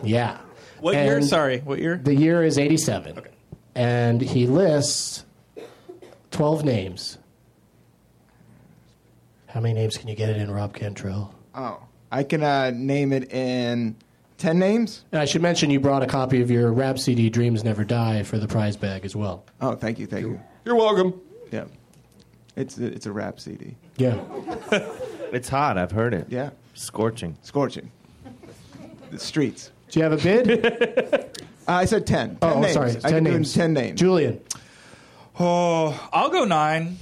Speaker 3: yeah.
Speaker 7: What year?
Speaker 3: And-
Speaker 7: Sorry, what year?
Speaker 3: the year is 87. And he lists 12 names. How many names can you get it in, Rob Cantrell?
Speaker 9: Oh, I can uh, name it in ten names.
Speaker 3: And I should mention you brought a copy of your rap CD, Dreams Never Die, for the prize bag as well.
Speaker 9: Oh, thank you, thank you.
Speaker 4: You're welcome.
Speaker 9: Yeah, it's it's a rap CD.
Speaker 3: Yeah.
Speaker 6: It's hot. I've heard it.
Speaker 9: Yeah,
Speaker 6: Scorching.
Speaker 9: scorching. The streets.
Speaker 3: Do you have a bid?
Speaker 9: Uh, I said ten.
Speaker 3: oh,
Speaker 9: 10 names.
Speaker 3: sorry.
Speaker 9: I
Speaker 3: 10
Speaker 9: can do it in
Speaker 3: names.
Speaker 9: ten names.
Speaker 3: Julian.
Speaker 7: Oh, I'll go nine.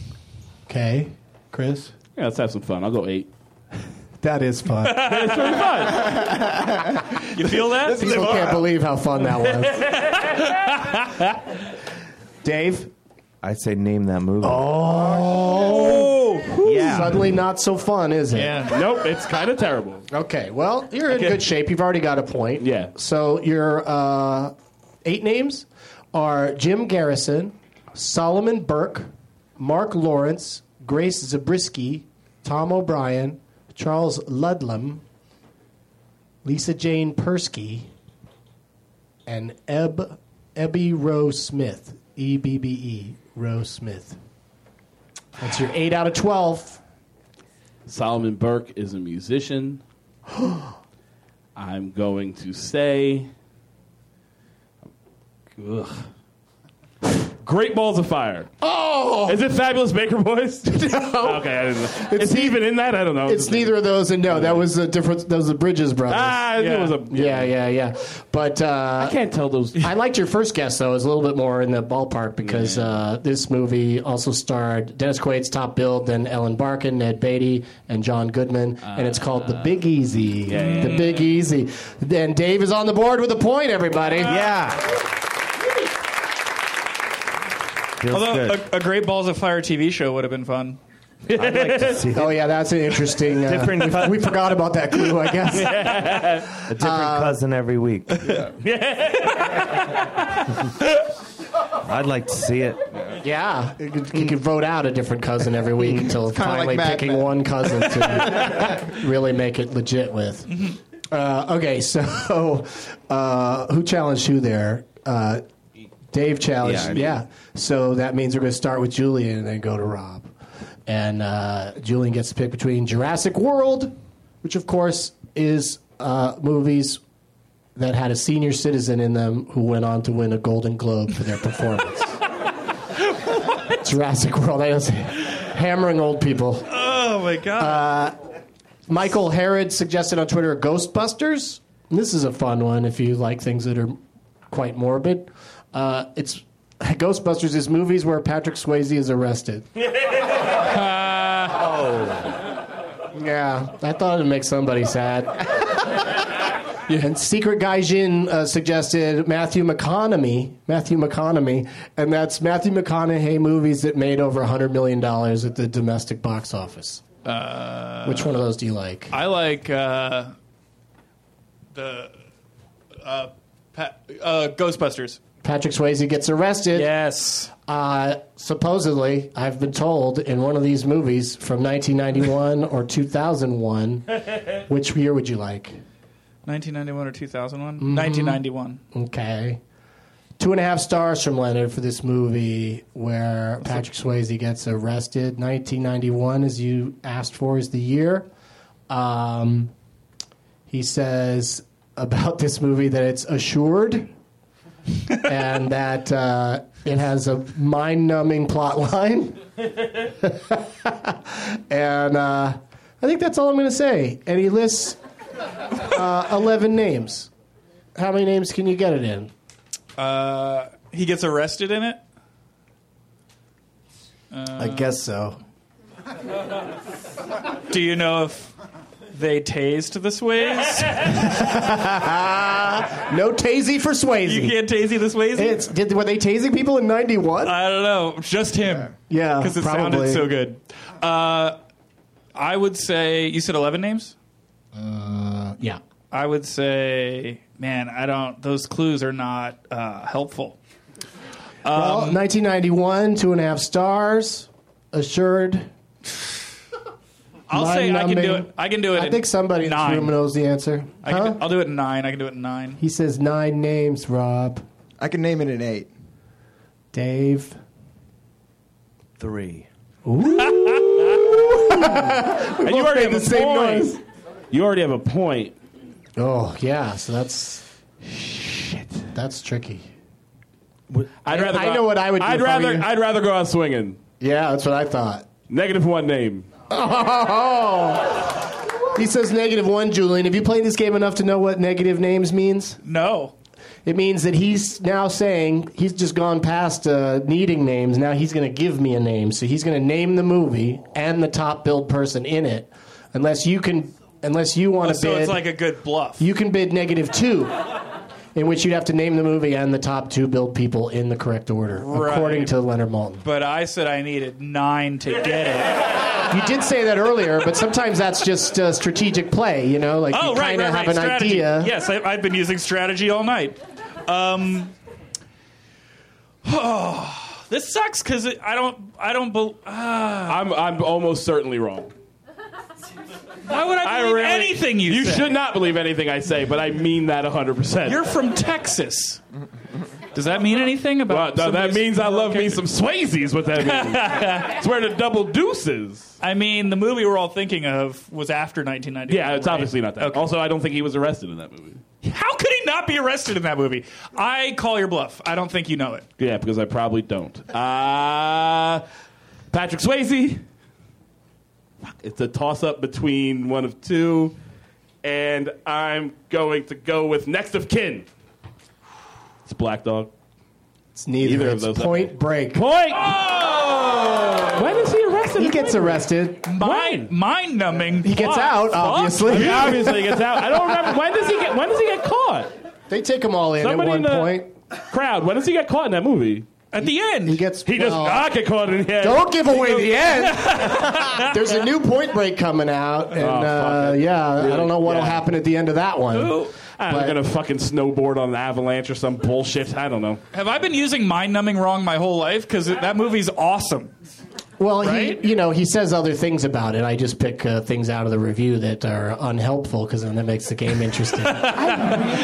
Speaker 3: Okay. Chris?
Speaker 4: Yeah, let's have some fun. I'll go eight.
Speaker 3: That is fun.
Speaker 7: You feel that?
Speaker 3: People can't believe how fun that was. Dave?
Speaker 6: I say name that movie.
Speaker 3: Oh.
Speaker 6: Yeah.
Speaker 3: Suddenly not so fun, is it?
Speaker 4: Nope, it's kind of terrible.
Speaker 3: Okay, well, you're in good shape. You've already got a point.
Speaker 4: Yeah.
Speaker 3: So your uh, eight names are Jim Garrison, Solomon Burke, Mark Lawrence, Grace Zabriskie, Tom O'Brien, Charles Ludlam, Lisa Jane Persky, and Eb Ebby Rowe Smith. E B B E Rowe Smith. That's your eight out of twelve.
Speaker 4: Solomon Burke is a musician. I'm going to say. Ugh. Great Balls of Fire.
Speaker 3: Oh,
Speaker 4: Is it Fabulous Baker Boys?
Speaker 3: No.
Speaker 4: Okay, I didn't know.
Speaker 3: It's
Speaker 4: It's,
Speaker 3: nei-
Speaker 4: even in that? I don't know.
Speaker 3: it's neither of those. And no, that was a different. That was the Bridges brothers.
Speaker 4: Ah, it
Speaker 7: Yeah.
Speaker 4: was a.
Speaker 3: yeah, yeah, yeah. But uh,
Speaker 4: I can't tell those.
Speaker 3: I liked your first guess though. It was a little bit more in the ballpark because uh, this movie also starred Dennis Quaid's top build, then Ellen Barkin, Ned Beatty, and John Goodman, and it's called The Big Easy. the Big Easy. Then Dave is on the board with a point. Everybody.
Speaker 6: Yeah. Feels good.
Speaker 7: Although a, a great Balls of Fire TV show would have been fun.
Speaker 6: I'd like to see
Speaker 3: Oh yeah, that's an interesting. Uh,
Speaker 6: Different cut.
Speaker 3: we, we forgot about that clue, I guess.
Speaker 6: a different cousin every week. I'd like to see it.
Speaker 3: Yeah, you could, you could vote out a different cousin every week until
Speaker 9: Mm-hmm. kinda
Speaker 3: finally
Speaker 9: like Mad
Speaker 3: picking
Speaker 9: Men.
Speaker 3: one cousin to really make it legit with. Uh, okay, so uh, who challenged who there? Uh, Dave challenged.
Speaker 6: Yeah,
Speaker 3: Yeah,
Speaker 6: I mean-
Speaker 3: So that means we're going to start with Julian and then go to Rob. And uh, Julian gets to pick between Jurassic World, which of course is uh, movies that had a senior citizen in them who went on to win a Golden Globe for their performance. Jurassic World. I was hammering old people.
Speaker 7: Oh my
Speaker 3: Uh,
Speaker 7: god!
Speaker 3: Michael Harrod suggested on Twitter Ghostbusters. This is a fun one if you like things that are quite morbid. Uh, it's Ghostbusters is movies where Patrick Swayze is arrested. Yeah, I thought it'd make somebody sad. And Secret Gaijin uh, suggested Matthew McConaughey, Matthew McConaughey, and that's Matthew McConaughey movies that made over $100 million at the domestic box office. Uh, Which one of those do you like?
Speaker 7: I like uh, the uh, pa- uh, Ghostbusters.
Speaker 3: Patrick Swayze gets arrested.
Speaker 7: Yes.
Speaker 3: Uh, supposedly, I've been told in one of these movies from 1991 or 2001. Which year would you like?
Speaker 7: 1991 or 2001? 1991.
Speaker 3: Okay. Two and a half stars from Leonard for this movie where Patrick Swayze gets arrested. 1991, as you asked for, is the year. Um, he says about this movie that it's assured and that uh, it has a mind numbing plot line. and uh, I think that's all I'm going to say. And he lists uh, 11 names. How many names can you get it in?
Speaker 7: Uh, he gets arrested in it. Uh,
Speaker 3: I guess so.
Speaker 7: Do you know if they tased the Sways?
Speaker 3: No tasy for Swayze.
Speaker 7: you can't Uh, tasey the Sways?
Speaker 3: it's, did, were they tasing people in 91?
Speaker 7: I don't know. Just him.
Speaker 3: Yeah,
Speaker 7: Because it
Speaker 3: probably.
Speaker 7: sounded so good. Uh, I would say, you said 11 names?
Speaker 3: Uh, yeah.
Speaker 7: I would say, man, I don't, those clues are not uh, helpful.
Speaker 3: well,
Speaker 7: Um,
Speaker 3: 1991, two and a half stars, assured.
Speaker 7: I'll say I can do
Speaker 3: Mind-numbing.
Speaker 7: it. I can do it.
Speaker 3: I
Speaker 7: in
Speaker 3: think somebody in this room
Speaker 7: nine.
Speaker 3: knows the answer.
Speaker 7: I can
Speaker 3: Huh?
Speaker 7: do, I'll do it in nine. I can do it in nine.
Speaker 3: he says nine names, Rob.
Speaker 9: I can name it an eight.
Speaker 3: Dave.
Speaker 6: Three.
Speaker 4: and you already have
Speaker 3: the
Speaker 4: a
Speaker 3: same
Speaker 4: point.
Speaker 3: noise.
Speaker 4: You already have a point.
Speaker 3: Oh, yeah, so that's. Shit. That's tricky.
Speaker 4: I'd rather.
Speaker 3: I
Speaker 4: go
Speaker 3: know
Speaker 4: out-
Speaker 3: what I would do
Speaker 4: I'd
Speaker 3: if I were
Speaker 4: rather.
Speaker 3: you.
Speaker 4: I'd rather go out swinging.
Speaker 3: Yeah, that's what I thought.
Speaker 4: Negative one name.
Speaker 3: Oh! He says negative one, Julian. Have you played this game enough to know what negative names means?
Speaker 7: No.
Speaker 3: It means that he's now saying he's just gone past uh, needing names. Now he's going to give me a name. So he's going to name the movie and the top billed person in it, unless you can, unless you want to
Speaker 7: So
Speaker 3: bid.
Speaker 7: it's like a good bluff.
Speaker 3: you can bid negative two, in which you'd have to name the movie and the top two billed people in the correct order,
Speaker 7: Right.
Speaker 3: according to Leonard Maltin.
Speaker 7: but I said I needed nine to get it.
Speaker 3: You did say that earlier, but sometimes that's just uh, strategic play. You know, like
Speaker 7: oh,
Speaker 3: you
Speaker 7: right,
Speaker 3: kind of
Speaker 7: right, right.
Speaker 3: have an
Speaker 7: strategy.
Speaker 3: idea.
Speaker 7: Yes, I, I've been using strategy all night. Um, this sucks because I don't. I don't. Be, uh,
Speaker 4: I'm. I'm almost certainly wrong.
Speaker 7: why would I believe
Speaker 4: really-
Speaker 7: anything you?
Speaker 4: You
Speaker 7: say?
Speaker 4: should not believe anything I say, but I mean that 100. percent
Speaker 7: You're from Texas. Does that mean anything about?
Speaker 4: Uh, that
Speaker 7: somebody's-
Speaker 4: means I love me some Swayze's. What that means? it's where the double deuces.
Speaker 7: I mean, the movie we're all thinking of was after 1991.
Speaker 4: Yeah, it's obviously not that. Also, I don't think he was arrested in that movie.
Speaker 7: How could he he not be arrested in that movie? I call your bluff. I don't think you know it.
Speaker 4: Yeah, because I probably don't. Uh, Patrick Swayze. Fuck, It's a toss up between one of two. And I'm going to go with next of kin. It's Black Dog.
Speaker 3: It's neither.
Speaker 4: Either of
Speaker 3: it's
Speaker 4: those up
Speaker 3: Point
Speaker 4: there.
Speaker 3: Break.
Speaker 4: Point! When is he arrested?
Speaker 3: Oh! He gets arrested.
Speaker 7: Mind, mind numbing.
Speaker 3: He gets out, obviously.
Speaker 4: He obviously gets out. I don't remember. When does he get, when does he get caught?
Speaker 3: They take them all in
Speaker 4: Somebody
Speaker 3: at one
Speaker 4: in the
Speaker 3: point.
Speaker 4: crowd, when does he get caught in that movie?
Speaker 7: At the end,
Speaker 3: He gets.
Speaker 4: He does
Speaker 3: well,
Speaker 4: not get caught in here.
Speaker 3: Don't give away the end. There's a new Point Break coming out, and uh,
Speaker 4: Oh, fuck it.
Speaker 3: yeah, I don't know what'll
Speaker 4: Yeah.
Speaker 3: happen at the end of that one.
Speaker 4: I'm
Speaker 3: But-
Speaker 4: Ah, gonna fucking snowboard on an avalanche or some bullshit. I don't know.
Speaker 7: Have I been using mind numbing wrong my whole life? Because that movie's awesome.
Speaker 3: Well,
Speaker 7: Right?
Speaker 3: he, you know, he says other things about it. I just pick uh, things out of the review that are unhelpful because then that makes the game interesting.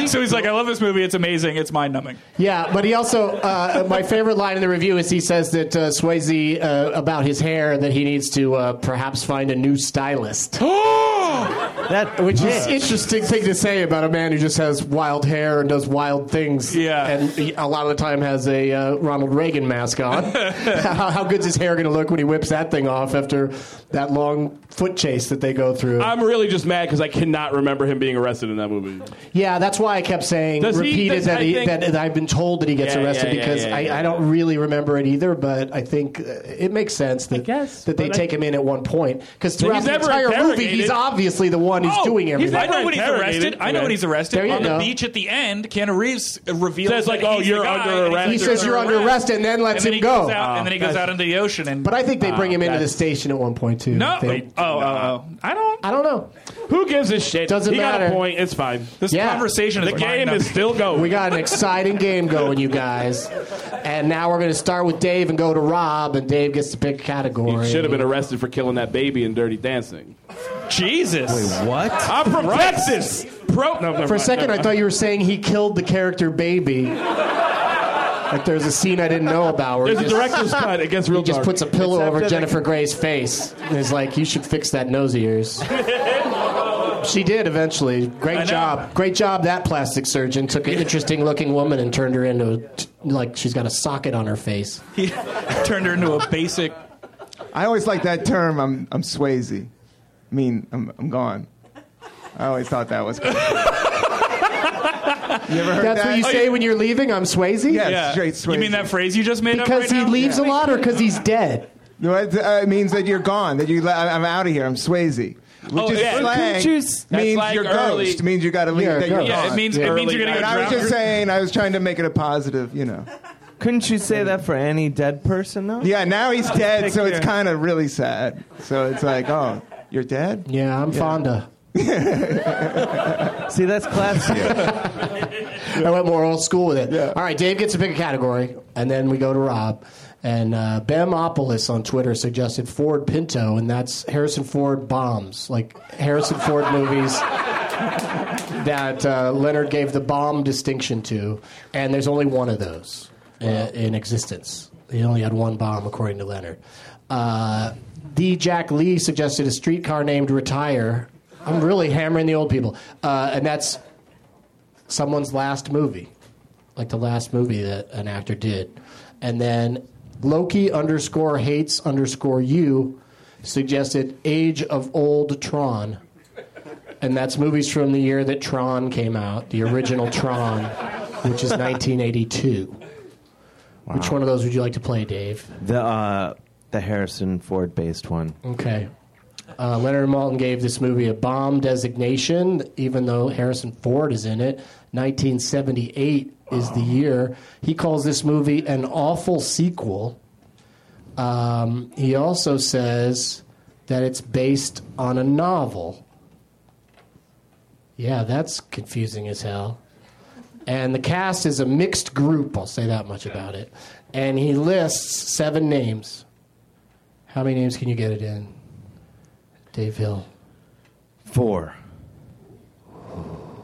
Speaker 7: So he's like, I love this movie. It's amazing. It's mind numbing.
Speaker 3: yeah, but he also, uh, my favorite line in the review is he says that uh, Swayze uh, about his hair that he needs to uh, perhaps find a new stylist,
Speaker 6: That
Speaker 3: which is an interesting thing to say about a man who just has wild hair and does wild things.
Speaker 7: Yeah.
Speaker 3: and he, a lot of the time has a uh, Ronald Reagan mask on. how, how good's his hair going to look when he whips that thing off after that long foot chase that they go through?
Speaker 4: I'm really just mad because I cannot remember him being arrested in that movie.
Speaker 3: Yeah, that's why I kept saying
Speaker 4: Does he-
Speaker 3: repeated
Speaker 4: does-
Speaker 3: that,
Speaker 4: I
Speaker 3: he,
Speaker 4: think-
Speaker 3: that that I've been told that he gets
Speaker 4: Yeah,
Speaker 3: arrested
Speaker 4: yeah, yeah,
Speaker 3: because
Speaker 4: yeah,
Speaker 3: I,
Speaker 4: yeah.
Speaker 3: I don't really remember it either. But I think uh, it makes sense that
Speaker 4: guess,
Speaker 3: that they
Speaker 4: but I-
Speaker 3: take him in at one point because throughout
Speaker 4: he's
Speaker 3: the
Speaker 4: never
Speaker 3: entire movie
Speaker 4: interrogated.
Speaker 3: he's obviously the one who's
Speaker 7: Oh,
Speaker 3: doing everything.
Speaker 7: I know
Speaker 4: never
Speaker 7: when he's
Speaker 4: interrogated.
Speaker 7: arrested. I know
Speaker 4: Yeah.
Speaker 7: when he's arrested.
Speaker 3: There you
Speaker 7: On the
Speaker 3: go.
Speaker 7: beach at the end, Keanu Reeves reveals
Speaker 4: Says, like,
Speaker 7: that
Speaker 4: "Oh,
Speaker 7: he's
Speaker 4: you're
Speaker 7: the guy,
Speaker 4: under
Speaker 7: and
Speaker 4: arrest." Ah,
Speaker 7: he's
Speaker 4: He
Speaker 3: says, "You're under arrest," and then lets
Speaker 7: and then
Speaker 3: him
Speaker 7: he goes
Speaker 3: go.
Speaker 7: out, and then he goes out into the ocean. And
Speaker 3: but I think they bring him into the station at one point too.
Speaker 7: no,
Speaker 3: I think.
Speaker 7: oh, oh, oh, I don't.
Speaker 3: I don't know.
Speaker 4: Who gives a shit?
Speaker 3: Doesn't
Speaker 4: he got
Speaker 3: matter.
Speaker 4: a point. It's fine.
Speaker 7: This
Speaker 3: Yeah.
Speaker 7: conversation is
Speaker 4: the game
Speaker 7: mind-numbing.
Speaker 4: is still going.
Speaker 3: We got an exciting game going, you guys. And now we're going to start with Dave and go to Rob, and Dave gets to pick a category.
Speaker 4: Should have been arrested for killing that baby in Dirty Dancing.
Speaker 7: Jesus.
Speaker 6: what?
Speaker 4: I'm from Texas. Pro. No,
Speaker 3: For a second, I thought you were saying he killed the character Baby. like there's a scene I didn't know about where he
Speaker 4: There's a
Speaker 3: just,
Speaker 4: director's cut. It gets real
Speaker 3: he just
Speaker 4: dark.
Speaker 3: puts a pillow
Speaker 6: Except
Speaker 3: over
Speaker 6: that-
Speaker 3: Jennifer Gray's face and is like, "You should fix that nose of yours." she did eventually.
Speaker 7: I know.
Speaker 3: Great job, great job. That plastic surgeon took an interesting-looking woman and turned her into a t- like she's got a socket on her face.
Speaker 7: He turned her into a basic.
Speaker 9: I always like that term. I'm I'm Swayze. I mean, I'm I'm gone. I always thought that was. Cool. you ever heard
Speaker 3: That's
Speaker 9: that? Oh,
Speaker 3: what you say when you're leaving. I'm Swayze.
Speaker 9: Yes,
Speaker 7: Yeah.
Speaker 9: straight Swayze.
Speaker 7: uh, You mean that phrase you just made up?
Speaker 3: Because
Speaker 7: right
Speaker 3: he
Speaker 7: now?
Speaker 3: leaves a lot, or because he's dead.
Speaker 9: No, it, uh, it means that you're gone. That you. le- I- I'm out of here. I'm Swayze. Which
Speaker 4: Oh,
Speaker 9: is
Speaker 4: yeah.
Speaker 9: slang.
Speaker 4: Coochie's- That's
Speaker 9: means
Speaker 4: like
Speaker 9: you're
Speaker 4: early-
Speaker 9: ghost. Means you got to leave.
Speaker 3: Yeah,
Speaker 9: that you're
Speaker 3: ghost.
Speaker 7: Yeah,
Speaker 9: gone.
Speaker 7: it means it
Speaker 4: Early
Speaker 7: means you're gonna
Speaker 9: And
Speaker 7: get
Speaker 9: I was
Speaker 7: drowned.
Speaker 9: just saying. I was trying to make it a positive. You know.
Speaker 6: Couldn't you say that for any dead person though?
Speaker 9: Yeah. Now he's dead, so it's
Speaker 6: care.
Speaker 9: kind of really sad. So it's like, oh, you're dead.
Speaker 3: Yeah, I'm Fonda.
Speaker 6: See, that's classy.
Speaker 3: I went more old school with it.
Speaker 9: Yeah.
Speaker 3: All right, Dave gets to pick a category, and then we go to Rob. And uh, Bemopolis on Twitter suggested Ford Pinto, and that's Harrison Ford bombs, like Harrison Ford movies that uh, Leonard gave the bomb distinction to. And there's only one of those i- in existence. He only had one bomb, according to Leonard. Uh, D. Jack Lee suggested a streetcar named Retire. I'm really hammering the old people. Uh, and that's someone's last movie, like the last movie that an actor did. And then Loki underscore hates underscore you suggested Age of Old Tron. And that's movies from the year that Tron came out, the original Tron, which is 1982. Which one of those would you like to play, Dave?
Speaker 6: the uh, the Harrison Ford based one.
Speaker 3: Okay. Uh, Leonard Maltin gave this movie a bomb designation, even though Harrison Ford is in it. 1978 is the year. He calls this movie an awful sequel. Um, he also says that it's based on a novel. Yeah, that's confusing as hell. And the cast is a mixed group, I'll say that much about it. And he lists seven names. How many names can you get it in? Dave Hill.
Speaker 6: Four.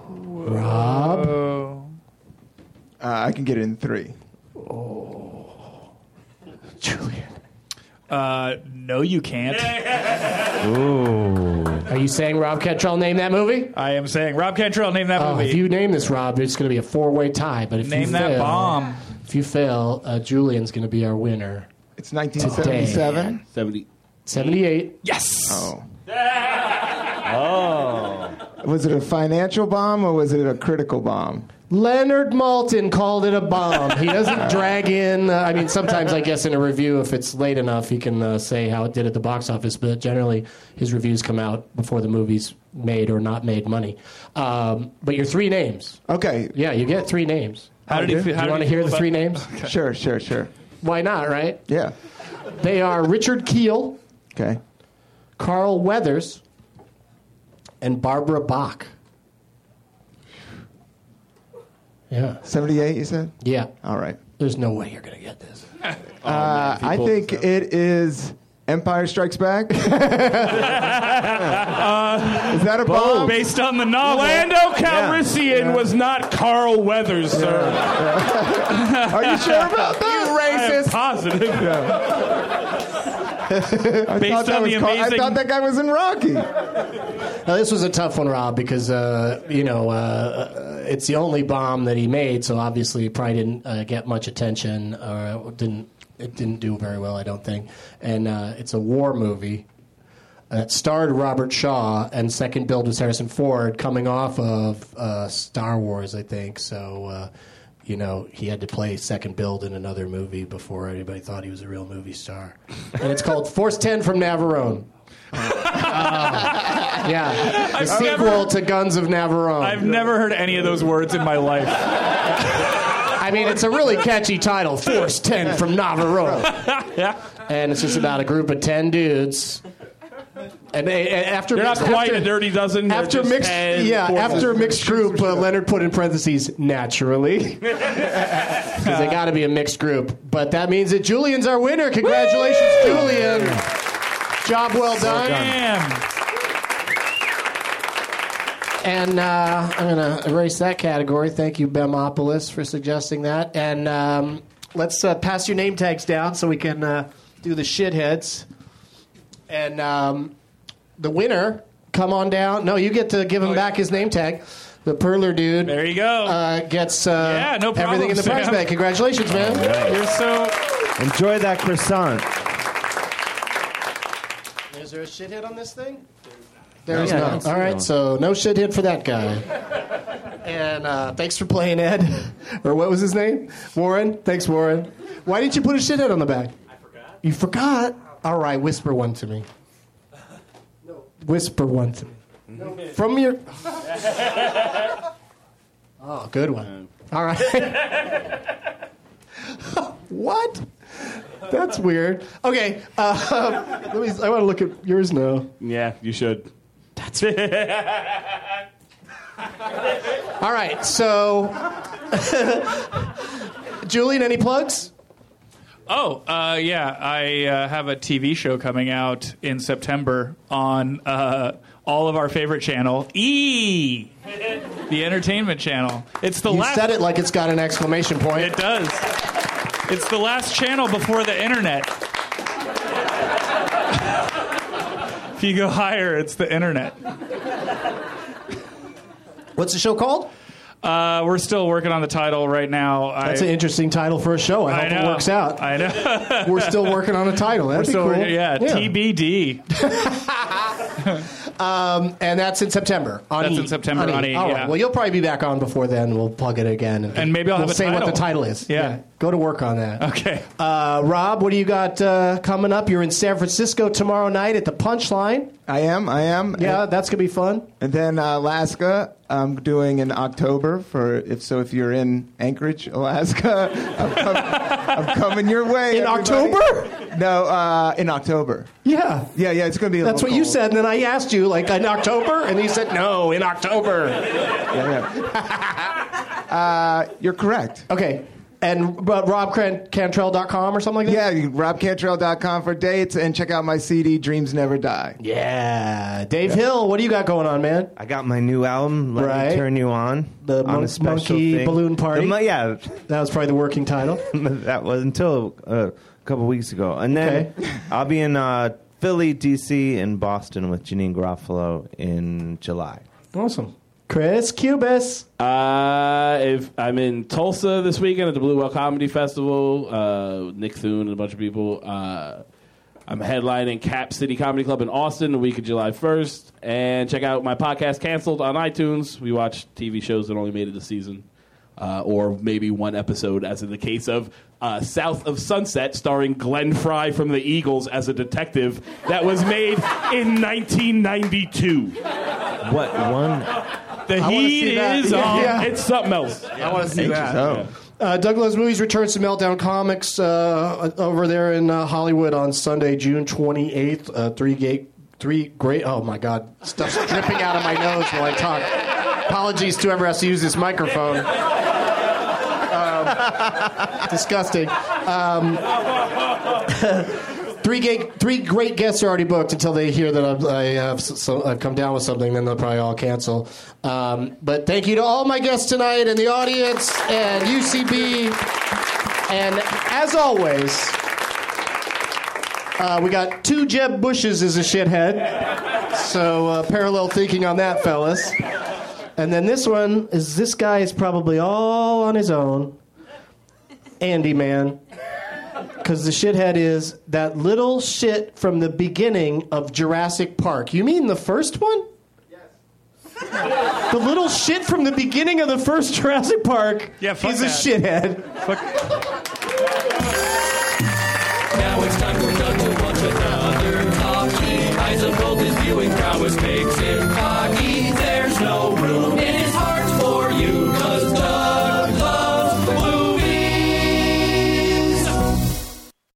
Speaker 3: Rob.
Speaker 9: Uh, I can get it in three.
Speaker 3: Julian.
Speaker 7: Uh, no, you can't.
Speaker 6: Ooh.
Speaker 3: I Are you saying Rob Cantrell named that movie?
Speaker 7: I am saying Rob Cantrell name that
Speaker 3: Oh,
Speaker 7: movie.
Speaker 3: if you name this, Rob, it's going to be a four-way tie. But if
Speaker 7: Name
Speaker 3: you
Speaker 7: that
Speaker 3: fail,
Speaker 7: bomb.
Speaker 3: If you fail, uh, Julian's going to be our winner.
Speaker 9: It's 1977.
Speaker 4: 70.
Speaker 3: Seventy-eight.
Speaker 7: yes.
Speaker 9: Oh. Was it a financial bomb or was it a critical bomb?
Speaker 3: Leonard Maltin called it a bomb. He doesn't drag in. Uh, I mean, sometimes I guess in a review, if it's late enough, he can uh, say how it did at the box office. But generally, his reviews come out before the movie's made or not made money. Um, but your three names.
Speaker 9: Okay,
Speaker 3: Yeah, you get three names.
Speaker 7: How did he? fe-
Speaker 3: Do
Speaker 7: How
Speaker 3: you
Speaker 7: did
Speaker 3: want to
Speaker 7: he
Speaker 3: hear
Speaker 7: feel
Speaker 3: the three
Speaker 7: about-
Speaker 3: names?
Speaker 9: sure, sure, sure.
Speaker 3: Why not? Right?
Speaker 9: Yeah.
Speaker 3: They are Richard Keel,
Speaker 9: Okay.
Speaker 3: Carl Weathers, and Barbara Bach. Yeah.
Speaker 9: 78, you said?
Speaker 3: Yeah.
Speaker 9: All right.
Speaker 3: There's no way you're going to get this.
Speaker 9: Uh, I think it is Empire Strikes Back. is that a bomb?
Speaker 7: Based on the novel.
Speaker 4: Orlando Oh. Calrissian was not Carl Weathers, sir.
Speaker 9: Are you sure about that?
Speaker 4: I am positive.
Speaker 9: I thought,
Speaker 7: Based
Speaker 9: that
Speaker 7: on
Speaker 9: was
Speaker 7: the
Speaker 9: Car- I
Speaker 7: amazing-
Speaker 9: thought that guy was in Rocky.
Speaker 3: Now, this was a tough one, Rob, because, uh, you know, uh, uh, it's the only bomb that he made, so obviously he probably didn't uh, get much attention or didn't, it didn't do very well, I don't think. And uh, it's a war movie that Uh, starred Robert Shaw, and second build was Harrison Ford coming off of uh, Star Wars, I think. So, uh, you know, he had to play second build in another movie before anybody thought he was a real movie star. And it's called Force 10 from Navarone. Um, Yeah, the sequel
Speaker 7: never-
Speaker 3: to Guns of Navarone.
Speaker 7: I've never heard any of those words in my life.
Speaker 3: I mean, it's a really catchy title, Force 10 from Navarone. And it's just about a group of 10 dudes. And they, and after
Speaker 4: They're not
Speaker 3: mixed-
Speaker 4: quite
Speaker 3: after-
Speaker 4: a dirty dozen. they're
Speaker 3: After
Speaker 4: just
Speaker 3: mixed,
Speaker 4: ten
Speaker 3: yeah,
Speaker 4: forces.
Speaker 3: after mixed group, uh, Leonard put in parentheses naturally because they got to be a mixed group. But that means that Julian's our winner. Congratulations, Julian! Job well done.
Speaker 7: Damn.
Speaker 3: And uh, I'm going to erase that category. Thank you, Bemopoulos, for suggesting that. And um, let's uh, pass your name tags down so we can uh, do the shitheads. And um, the winner, come on down. No, you get to give him back his name tag. The Perler dude
Speaker 7: There you go.
Speaker 3: uh, gets uh,
Speaker 7: Yeah, no problem,
Speaker 3: everything in the
Speaker 7: Sam.
Speaker 3: prize bag. Congratulations, man.
Speaker 7: You're so.
Speaker 6: Enjoy that croissant.
Speaker 3: Is there a shit hit on this thing? There's not. All right, so no shit hit for that guy. and uh, thanks for playing Ed, or what was his name? Warren. Thanks, Warren. Why didn't you put a shit hit on the back? I forgot. You forgot. All right, whisper one to me. No. Whisper one to me. From your. oh, good one. All right. what? That's weird. Okay, uh, let me. I want to look at yours now.
Speaker 4: Yeah, you should.
Speaker 3: All right, so Julian, any plugs?
Speaker 7: Oh, uh, yeah. I uh, have a TV show coming out in September on uh, all of our favorite channel, E, the entertainment channel. It's the
Speaker 3: You
Speaker 7: last.
Speaker 3: said it like it's got an exclamation point.
Speaker 7: It does. It's the last channel before the internet. if you go higher, it's the internet. Uh,
Speaker 3: What's the show called?
Speaker 7: Uh, we're still working on the title right now.
Speaker 3: That's
Speaker 7: I,
Speaker 3: an interesting title for a show. I
Speaker 7: I
Speaker 3: hope
Speaker 7: know.
Speaker 3: it works out.
Speaker 7: I know.
Speaker 3: We're still working on a title. That'd be
Speaker 7: so
Speaker 3: cool.
Speaker 7: we're- yeah, TBD.
Speaker 3: And that's in September. On
Speaker 7: That's
Speaker 3: E.
Speaker 7: in September on E,
Speaker 3: All right.
Speaker 7: yeah.
Speaker 3: Well, you'll probably be back on before then. We'll plug it again,
Speaker 7: And maybe I'll
Speaker 3: we'll
Speaker 7: have a
Speaker 3: say what
Speaker 7: title.
Speaker 3: the title is.
Speaker 7: Yeah.
Speaker 3: Go to work on that.
Speaker 7: Okay.
Speaker 3: Uh, Rob, what do you got uh, coming up? You're in San Francisco tomorrow night at the Punchline.
Speaker 9: I am, I am.
Speaker 3: Yeah, that's gonna be fun.
Speaker 9: And then uh, Alaska, I'm doing in October for if so if you're in Anchorage, Alaska, I'm, com- I'm coming your way.
Speaker 3: In
Speaker 9: everybody.
Speaker 3: October?
Speaker 9: No, uh, in October.
Speaker 3: Yeah.
Speaker 9: Yeah, yeah, it's going to be. A
Speaker 3: That's what
Speaker 9: little
Speaker 3: you
Speaker 9: cold.
Speaker 3: said, and then I asked you, like, in October? And you said, no, in October.
Speaker 9: Yeah, yeah. uh, you're correct.
Speaker 3: Okay. And but robcantrell.com or something like that?
Speaker 9: Yeah, you- robcantrell.com for dates and check out my CD, Dreams Never Die.
Speaker 3: Yeah. Dave Hill, what do you got going on, man?
Speaker 6: I got my new album, Let
Speaker 3: Right.
Speaker 6: Me Turn You On.
Speaker 3: The
Speaker 6: on
Speaker 3: Mon-
Speaker 6: a special
Speaker 3: Monkey
Speaker 6: thing.
Speaker 3: Balloon Party?
Speaker 6: The mon- yeah,
Speaker 3: That was probably the working title.
Speaker 6: that was until uh, a couple weeks ago. And then
Speaker 3: Okay.
Speaker 6: I'll be in uh, Philly, DC, and Boston with Janine Garofalo in July.
Speaker 3: Awesome. Chris Cubis.
Speaker 4: Uh, if I'm in Tulsa this weekend at the Blue Well Comedy Festival, uh, with Nick Thune and a bunch of people. Uh, I'm headlining Cap City Comedy Club in Austin the week of July 1st. And check out my podcast, Canceled, on iTunes. We watch TV shows that only made it this season, uh, or maybe one episode, as in the case of uh, South of Sunset, starring Glenn Fry from the Eagles as a detective, that was made in 1992.
Speaker 6: What one?
Speaker 4: The heat
Speaker 3: that.
Speaker 4: is
Speaker 3: Yeah,
Speaker 4: on.
Speaker 3: yeah.
Speaker 4: It's something else.
Speaker 3: I want to see that.
Speaker 6: Oh,
Speaker 3: Uh, Douglas Movies returns to Meltdown Comics uh, over there in uh, Hollywood on Sunday, June 28th. Uh, three gate, three great. Oh my God, stuff's dripping out of my nose while I talk. Apologies to whoever has to use this microphone. Um, disgusting. Three, ga- three great guests are already booked until they hear that I've, I have s- so, I've come down with something, then they'll probably all cancel. Um, but thank you to all my guests tonight and the audience and UCB. And as always, uh, we got two Jeb Bushes as a shithead. So uh, parallel thinking on that, fellas. And then this one is this guy is probably all on his own. Andy, man. Because the shithead is that little shit from the beginning of Jurassic Park. You mean the first one? Yes. The little shit from the beginning of the first Jurassic Park.
Speaker 7: Yeah, fuck
Speaker 3: he's a
Speaker 7: that.
Speaker 3: shithead.
Speaker 1: Now it's time for Doug to watch another talkie. Eyes of both his viewing prowess makes him foggy. There's no room in